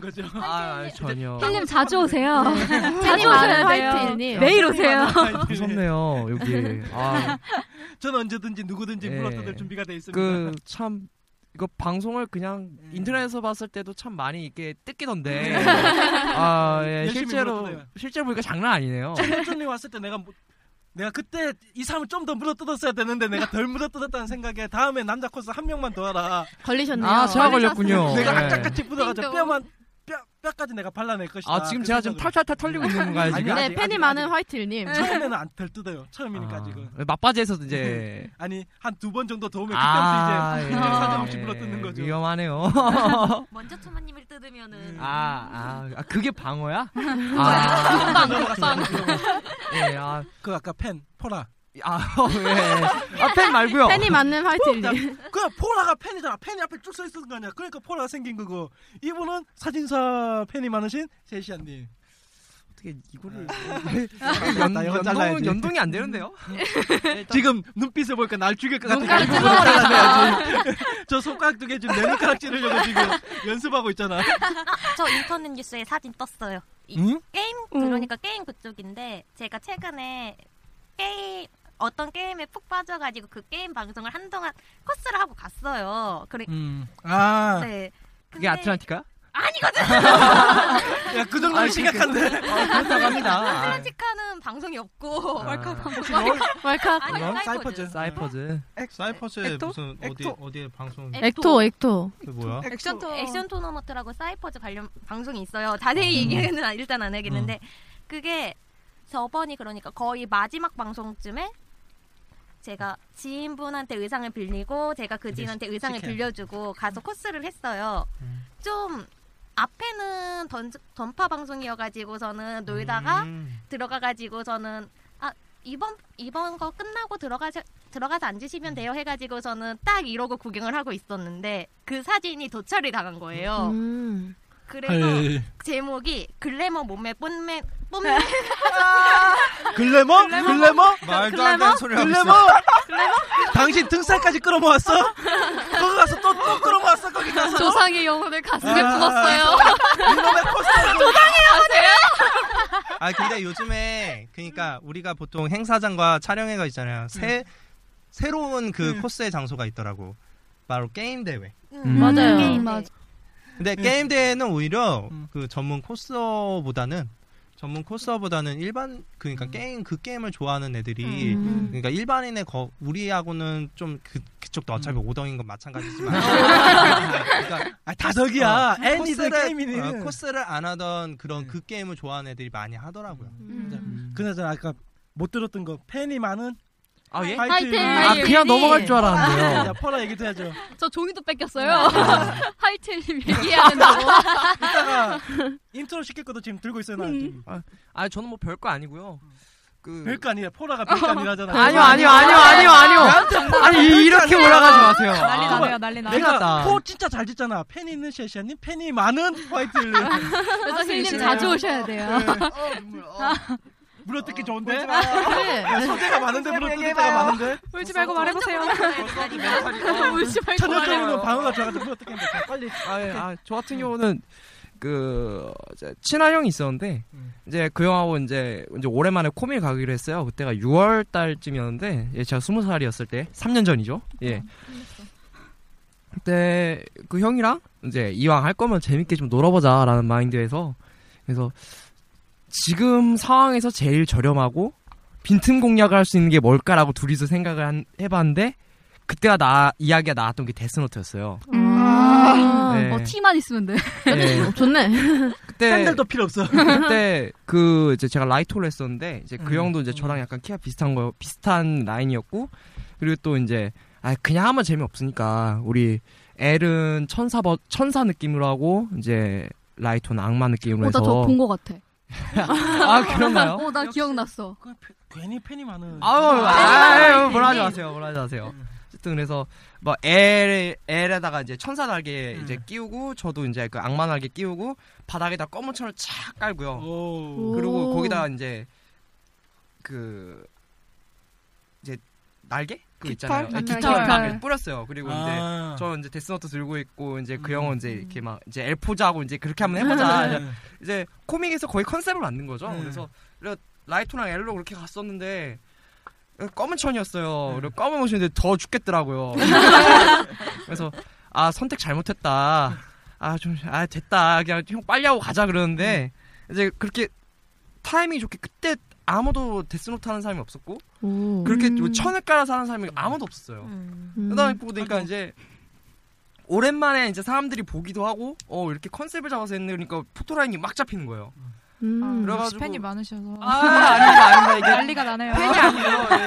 거죠.
아, 전혀.
힐님 자주 오세요.
네.
자주 오셔야 돼요. 매일
아,
오세요.
무섭네요 어, 여기. 아,
전 언제든지 누구든지
예.
물어뜯을 준비가 돼 있습니다. 네.
그 참 이거 방송을 그냥
네.
인터넷에서 봤을 때도 참 많이 이게 뜯기던데 네. 아 예,
열심히
실제로
물어뜯어요.
실제 로 보니까 장난 아니네요.
천천히 왔을 때 내가 뭐- 내가 그때 이 사람을 좀 더 물어뜯었어야 되는데 내가 덜 물어뜯었다는 생각에 다음에 남자 코스 한 명만 더 하라.
걸리셨네요.
아, 제가 걸렸군요.
내가
네.
악착같이 묻어가지고 뼈만 뼈 뼈까지 내가 발라낼 것이다.
아 지금
그
제가 지금 탈탈탈 털리고 있는 건가요 지금?
네, 팬이 많은 화이트님.
처음에는 안 덜 뜯어요. 처음이니까
아.
지금.
맞바지에서도 이제
아니 한 두 번 정도 도움을
아,
그때부터 이제
예.
아, 사정없이 물어뜯는 거죠.
위험하네요.
먼저 초마님을 뜯으면은
아, 아, 아, 그게 방어야?
아,
아,
넘어갔어요.
예, 아,
그 아까 팬 포라.
아,
어,
네.
예. 아, 팬 말고요.
어,
그냥 포라가 팬이잖아. 팬이 앞에 쭉 서 있었거 아니야. 그러니까 포라가 생긴 거고. 이분은 사진사 팬이 많으신 제시안님.
어떻게 이거를
연,
연-
이건
연동은-
잘라야지. 네,
연동이 안 되는데요?
지금 눈빛을 보니까 날 죽일 것 같아.
눈가를
이거
찔러버리자.
잘라내야지. 저 손가락 두개 지금 내 눈가락 찌르려고 지금 연습하고 있잖아.
저 인터넷 뉴스에 사진 떴어요. 이
응?
게임 그러니까 게임 그쪽인데 제가 최근에 게임 어떤 게임에 푹 빠져가지고 그 게임 방송을 한동안 코스를 하고 갔어요. 그래
아.
네.
그게 아틀란티카?
야, 그 정도면
그러니까.
아이,
심각한데.
그- 아, 그렇다고 합니다.
어, 아틀란티카는 방송이 없고
왈칵
방송.
왈칵. 왈칵.
아니,
그럼?
사이퍼즈. 음.
사이퍼즈.
사이퍼스의
엑토?
무슨 어디
엑토?
어디에 방송?
액토, 액토.
그 뭐야?
액션 토 액션 토너먼트라고 사이퍼즈 관련 방송이 있어요. 자세히
음.
얘기는 일단 안 하겠는데 그게 저번이 그러니까 거의 마지막 방송쯤에 제가 지인분한테 의상을 빌리고 제가 그 지인한테
시-
의상을
시켜요.
빌려주고 가서 코스를 했어요. 좀 앞에는 던, 던파 방송이어가지고서는 놀다가
음.
들어가가지고서는 아 이번 이번 거 끝나고 들어가서 들어가서 앉으시면 돼요 해가지고서는 딱 이러고 구경을 하고 있었는데 그 사진이 도처를 당한 거예요. 그래서
헐.
제목이 글래머 몸매 뽐매 뽐매
글래머?
글래머?
글래머?
말도 안 되는 소리 하고 있어.
글래머?
글래머?
당신 등살까지 끌어모았어? 거기 가서 또, 또 끌어모았어, 거기 가서.
조상의 영혼을 가슴에
아.
품었어요.
이놈의 포스터.
조상의 영혼이에요?
아 근데 요즘에 그러니까
음.
우리가 보통 행사장과 촬영회가 있잖아요. 새 새로운 그
음.
코스의 장소가 있더라고. 바로 게임 대회.
음. 맞아요. 게임 대회.
네. 음.
근데 게임 대회는 오히려 그 전문 코스보다는 전문 코스어보다는 일반 그러니까
음.
게임 그 게임을 좋아하는 애들이
음.
그러니까 일반인의 거 우리하고는 좀 그, 그쪽도 어차피 오덩인 건 마찬가지지만 그러니까
음. 아, 다석이야.
어,
애니들
코스를-
게임이니. 네.
어, 코스를 안 하던 그런 그 게임을 좋아하는 애들이 많이 하더라고요.
음. 그나저나 아까 못 들었던 거 팬이 많은
아, 예?
하이텔
아,
하이텔
그냥 넘어갈 줄
아,
알았는데요.
자, 포라 얘기도 해야죠.
저 종이도 뺏겼어요.
네.
하이텔님 얘기해야 된다고.
이따가 인트로 시킬 것도 지금 들고 있어요. 나는 지금.
아, 아 저는 뭐 별거 아니고요. 그
별거 아니라 포라가 별거 아니라 하잖아.
아니요, 아니요, 아니요, 아니요, 아니요. 아니, 이- 이렇게 올라가지 마세요.
난리
아.
나네요,
난리 나네요.
내가
났다.
포 진짜 잘 짓잖아. 팬이 있는 셰시아님, 팬이 많은 화이트 힐리.
아,
아,
선생님 자주 오셔야 돼요.
네.
네.
아,
물어뜯기 좋은데? 아,
마.
야, 소재가 많은데 물어뜯을 때가 많은데? 어,
울지 말고 말해보세요. 울지 말고
천연적으로
말해요.
방어가 좋아가지고 물어뜯기 힘들다. 빨리. 음.
아, 예, 아, 저 같은 경우는 그 이제 친한 형이 있었는데 이제 그 형하고 이제 이제 오랜만에 코미를 가기로 했어요. 그때가 6월 달쯤이었는데 예, 제가 20살이었을 때 3년 전이죠. 예. 그때 그 형이랑 이제 이왕 할 거면 재밌게 좀 놀아보자라는 마인드에서 그래서 지금 상황에서 제일 저렴하고 빈틈 공략을 할 수 있는 게 뭘까라고 둘이서 생각을 한- 해봤는데 그때가 나 이야기가 나왔던 게 데스노트였어요.
아,
네.
어, 티만 있으면 돼.
네. 어,
좋네.
그때
팬들도 필요 없어.
그때 그 이제 제가 라이토를 했었는데 이제 그
음.
형도 이제 저랑 약간 키가 비슷한 거 비슷한 라인이었고 그리고 또 이제 아 그냥 하면 재미 없으니까 우리 엘은 천사 버, 천사 느낌으로 하고 이제 라이토는 악마 느낌으로 해서
어, 나저 본 거 같아.
아, 그런가요?
어, 나 기억났어. 네.
괜히 팬이 많은.
아우,
아,
아유, 뭐라 하지 마세요, 뭐라 하지 마세요. 어쨌든 그래서 뭐 L L에다가 이제 천사 날개 이제 끼우고 저도 이제 그 악마 날개 끼우고 바닥에다 검은 천을 착 깔고요. 그리고
오.
거기다 이제 그 이제 날개 그
깃털?
있잖아요. 네,
깃털.
깃털을
깃털.
이렇게 뿌렸어요. 그리고
아.
이제 저는 이제 데스노트 들고 있고 이제 그 형은 이제
음.
이렇게 막 이제 엘포자하고 이제 그렇게 한번 해보자.
네.
이제 이제 코믹에서 거의 컨셉을 만든 거죠. 그래서 그래- 라이토랑 엘로 그렇게 갔었는데 검은 천이었어요. 그리고 검은 옷인데 더 죽겠더라고요. 그래서 아 선택 잘못했다. 아 좀 아 됐다. 그냥 형 빨리 하고 가자 그러는데 이제 그렇게 타이밍이 좋게 그때 아무도 데스노트 하는 사람이 없었고 그렇게 뭐 천을 깔아서 하는 사람이 아무도 없었어요. 그다음에 보니까 이제 오랜만에 이제 사람들이 보기도 하고 어 이렇게 컨셉을 잡아서 했네 그러니까 포토라인이 막 잡히는 거예요.
음,
그래가지고-
팬이 많으셔서
아, 아닙니다, 아닙니다. 이게
난리가 나네요.
팬이 아니고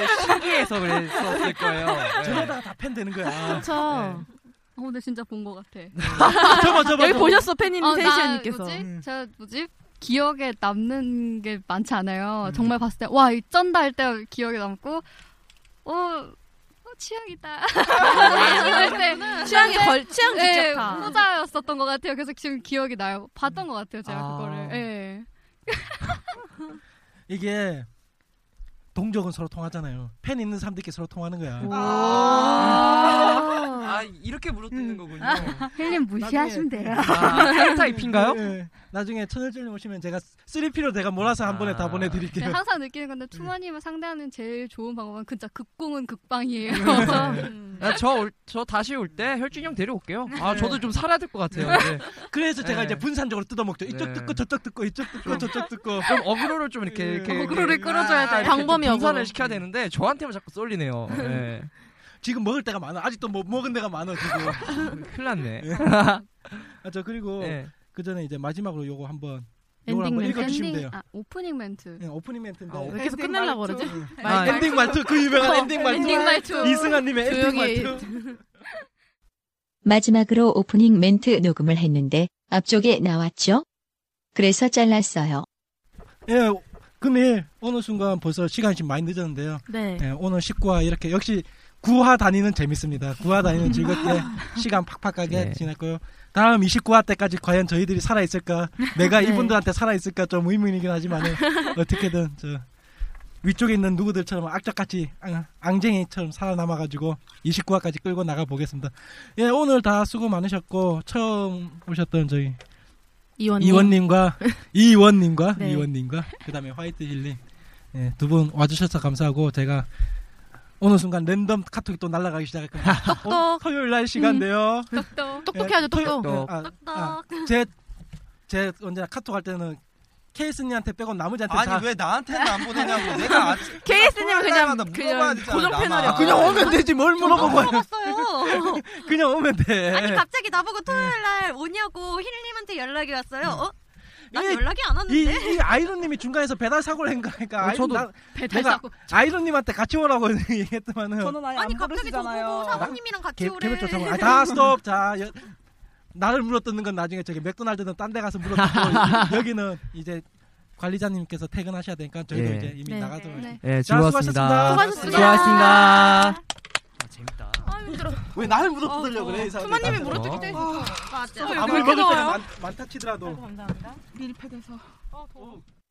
예, 신기해서 그랬었을 거예요.
네.
예.
저러다가 다 팬 되는 거야. 네.
그쵸. 어, 근데 진짜 본 거 같아.
저봐, 저봐, 여기 저봐. 보셨어,
팬님
어, 나
세시아님께서.
뭐지? 제가 뭐지? 기억에 남는 게 많지 않아요.
음.
정말 봤을 때, 와, 이 쩐다 할 때 기억에 남고, 어, 어, 취향이다. 이럴 때.
취향이 걸- 취향
예,
직접파.
후자였었던 것 같아요. 그래서 지금 기억이 나요. 봤던 것 같아요, 제가
아.
그거를. 예.
이게 동족은 서로 통하잖아요. 팬 있는 사람들끼리 서로 통하는 거야. 아.
아 이렇게 물어뜯는 거군요.
아.
헬님 무시하시면 돼요.
아, 타입인가요?
네. 나중에 천일주님 오시면 제가 3P로 내가 몰아서 한 번에 다
네,
보내드릴게요.
어,
네.
항상 느끼는 건데 투머님을 상대하는 제일 좋은 방법은 진짜 극공은 극방이에요.
네.
아, 저저 저 다시 올 때 혈진 형 데려올게요. 아
네.
저도 좀 살아야 될 것 같아요. 이제.
그래서 제가
네.
이제 분산적으로 뜯어먹죠. 이쪽
네.
뜯고 저쪽 뜯고 이쪽 뜯고 저쪽 뜯고.
좀 어그로를 좀
네.
이렇게, 이렇게
어그로를
이렇게 아,
끌어줘야 돼.
이렇게
방범이
분산을
어그로.
시켜야 되는데 저한테만 자꾸 쏠리네요. 예.
지금 먹을 때가 많아. 아직도 못 먹은 데가 많아 지금.
큰일 났네.
아, 저 그리고
네.
그 전에 이제 마지막으로 요거 한번 요걸 한번 읽어주시면 돼요. 네,
아, 오프닝 멘트. 네,
오프닝 멘트인데.
왜
계속 끝내려고 그러지?
아, 엔딩 말투 그 유명한 엔딩
네.
말투.
어, 엔딩 말투.
이승환님의 엔딩
조용히.
말투.
마지막으로 오프닝 멘트 녹음을 했는데 앞쪽에 나왔죠? 그래서 잘랐어요.
예, 금일 어느 순간 벌써 시간이 지금 많이 늦었는데요.
네.
예, 오늘 19화 이렇게 역시 9화 단위는 재밌습니다. 9화
음.
단위는 즐겁게 시간 팍팍 가게 지났고요. 다음 29화 때까지 과연 저희들이 살아있을까? 내가
네.
이분들한테 살아있을까? 좀 의문이긴 하지만 어떻게든 저 위쪽에 있는 누구들처럼 악적같이 앙- 앙쟁이처럼 살아남아가지고 29화까지 끌고 나가보겠습니다. 예, 오늘 다 수고 많으셨고 처음 오셨던 저희
이원님.
이원님과 이원님과
네.
이원님과 그다음에 화이트 힐링 네, 두 분 와주셔서 감사하고 제가 어느 순간 랜덤 카톡이 또 날아가기 시작했거든요. 오늘 토요일 날 시간데요. 네.
똑똑.
어, 아,
똑똑해야죠, 똑똑.
제 제 언제나 카톡 할 때는 케이스님한테 빼고 나머지한테
아니,
다.
왜 나한테는 안 보내냐고. 내가 아-
케이스님은
그냥- 그냥 고정 패널이야.
그냥 오면 되지 뭘
저도
물어보고.
물어봤어요.
그냥 오면 돼.
아니 갑자기 나보고
네.
토요일 날 오냐고 힐님한테 연락이 왔어요. 어? 난 연락이 안
예, 이,
왔는데.
이 아이론님이 중간에서 배달 사고를 한 거니까.
어,
아이론
저도
나-
배달
내가
사고.
아이론님한테 같이 오라고 얘기했더만은.
저는 아예 안 부르시잖아요.
사모님이랑 같이
개- 개별 조사고. 아, 다 스톱. 자, 여- 나를 물어뜯는 건 나중에 저기 맥도날드든 딴 데 가서 물어뜯고 여기는 이제 관리자님께서 퇴근하셔야 되니까 저희도
예.
이제 이미
네.
나가도록.
네.
네.
예, 즐거웠습니다.
수고하셨습니다.
수고하셨습니다.
아, 왜 나를 물어뜯으려고 그래?
부모님이
물어뜯기 때문에.
맞아.
아무리 먹을 때는 많, 많다 치더라도.
어,
감사합니다. 밀폐돼서.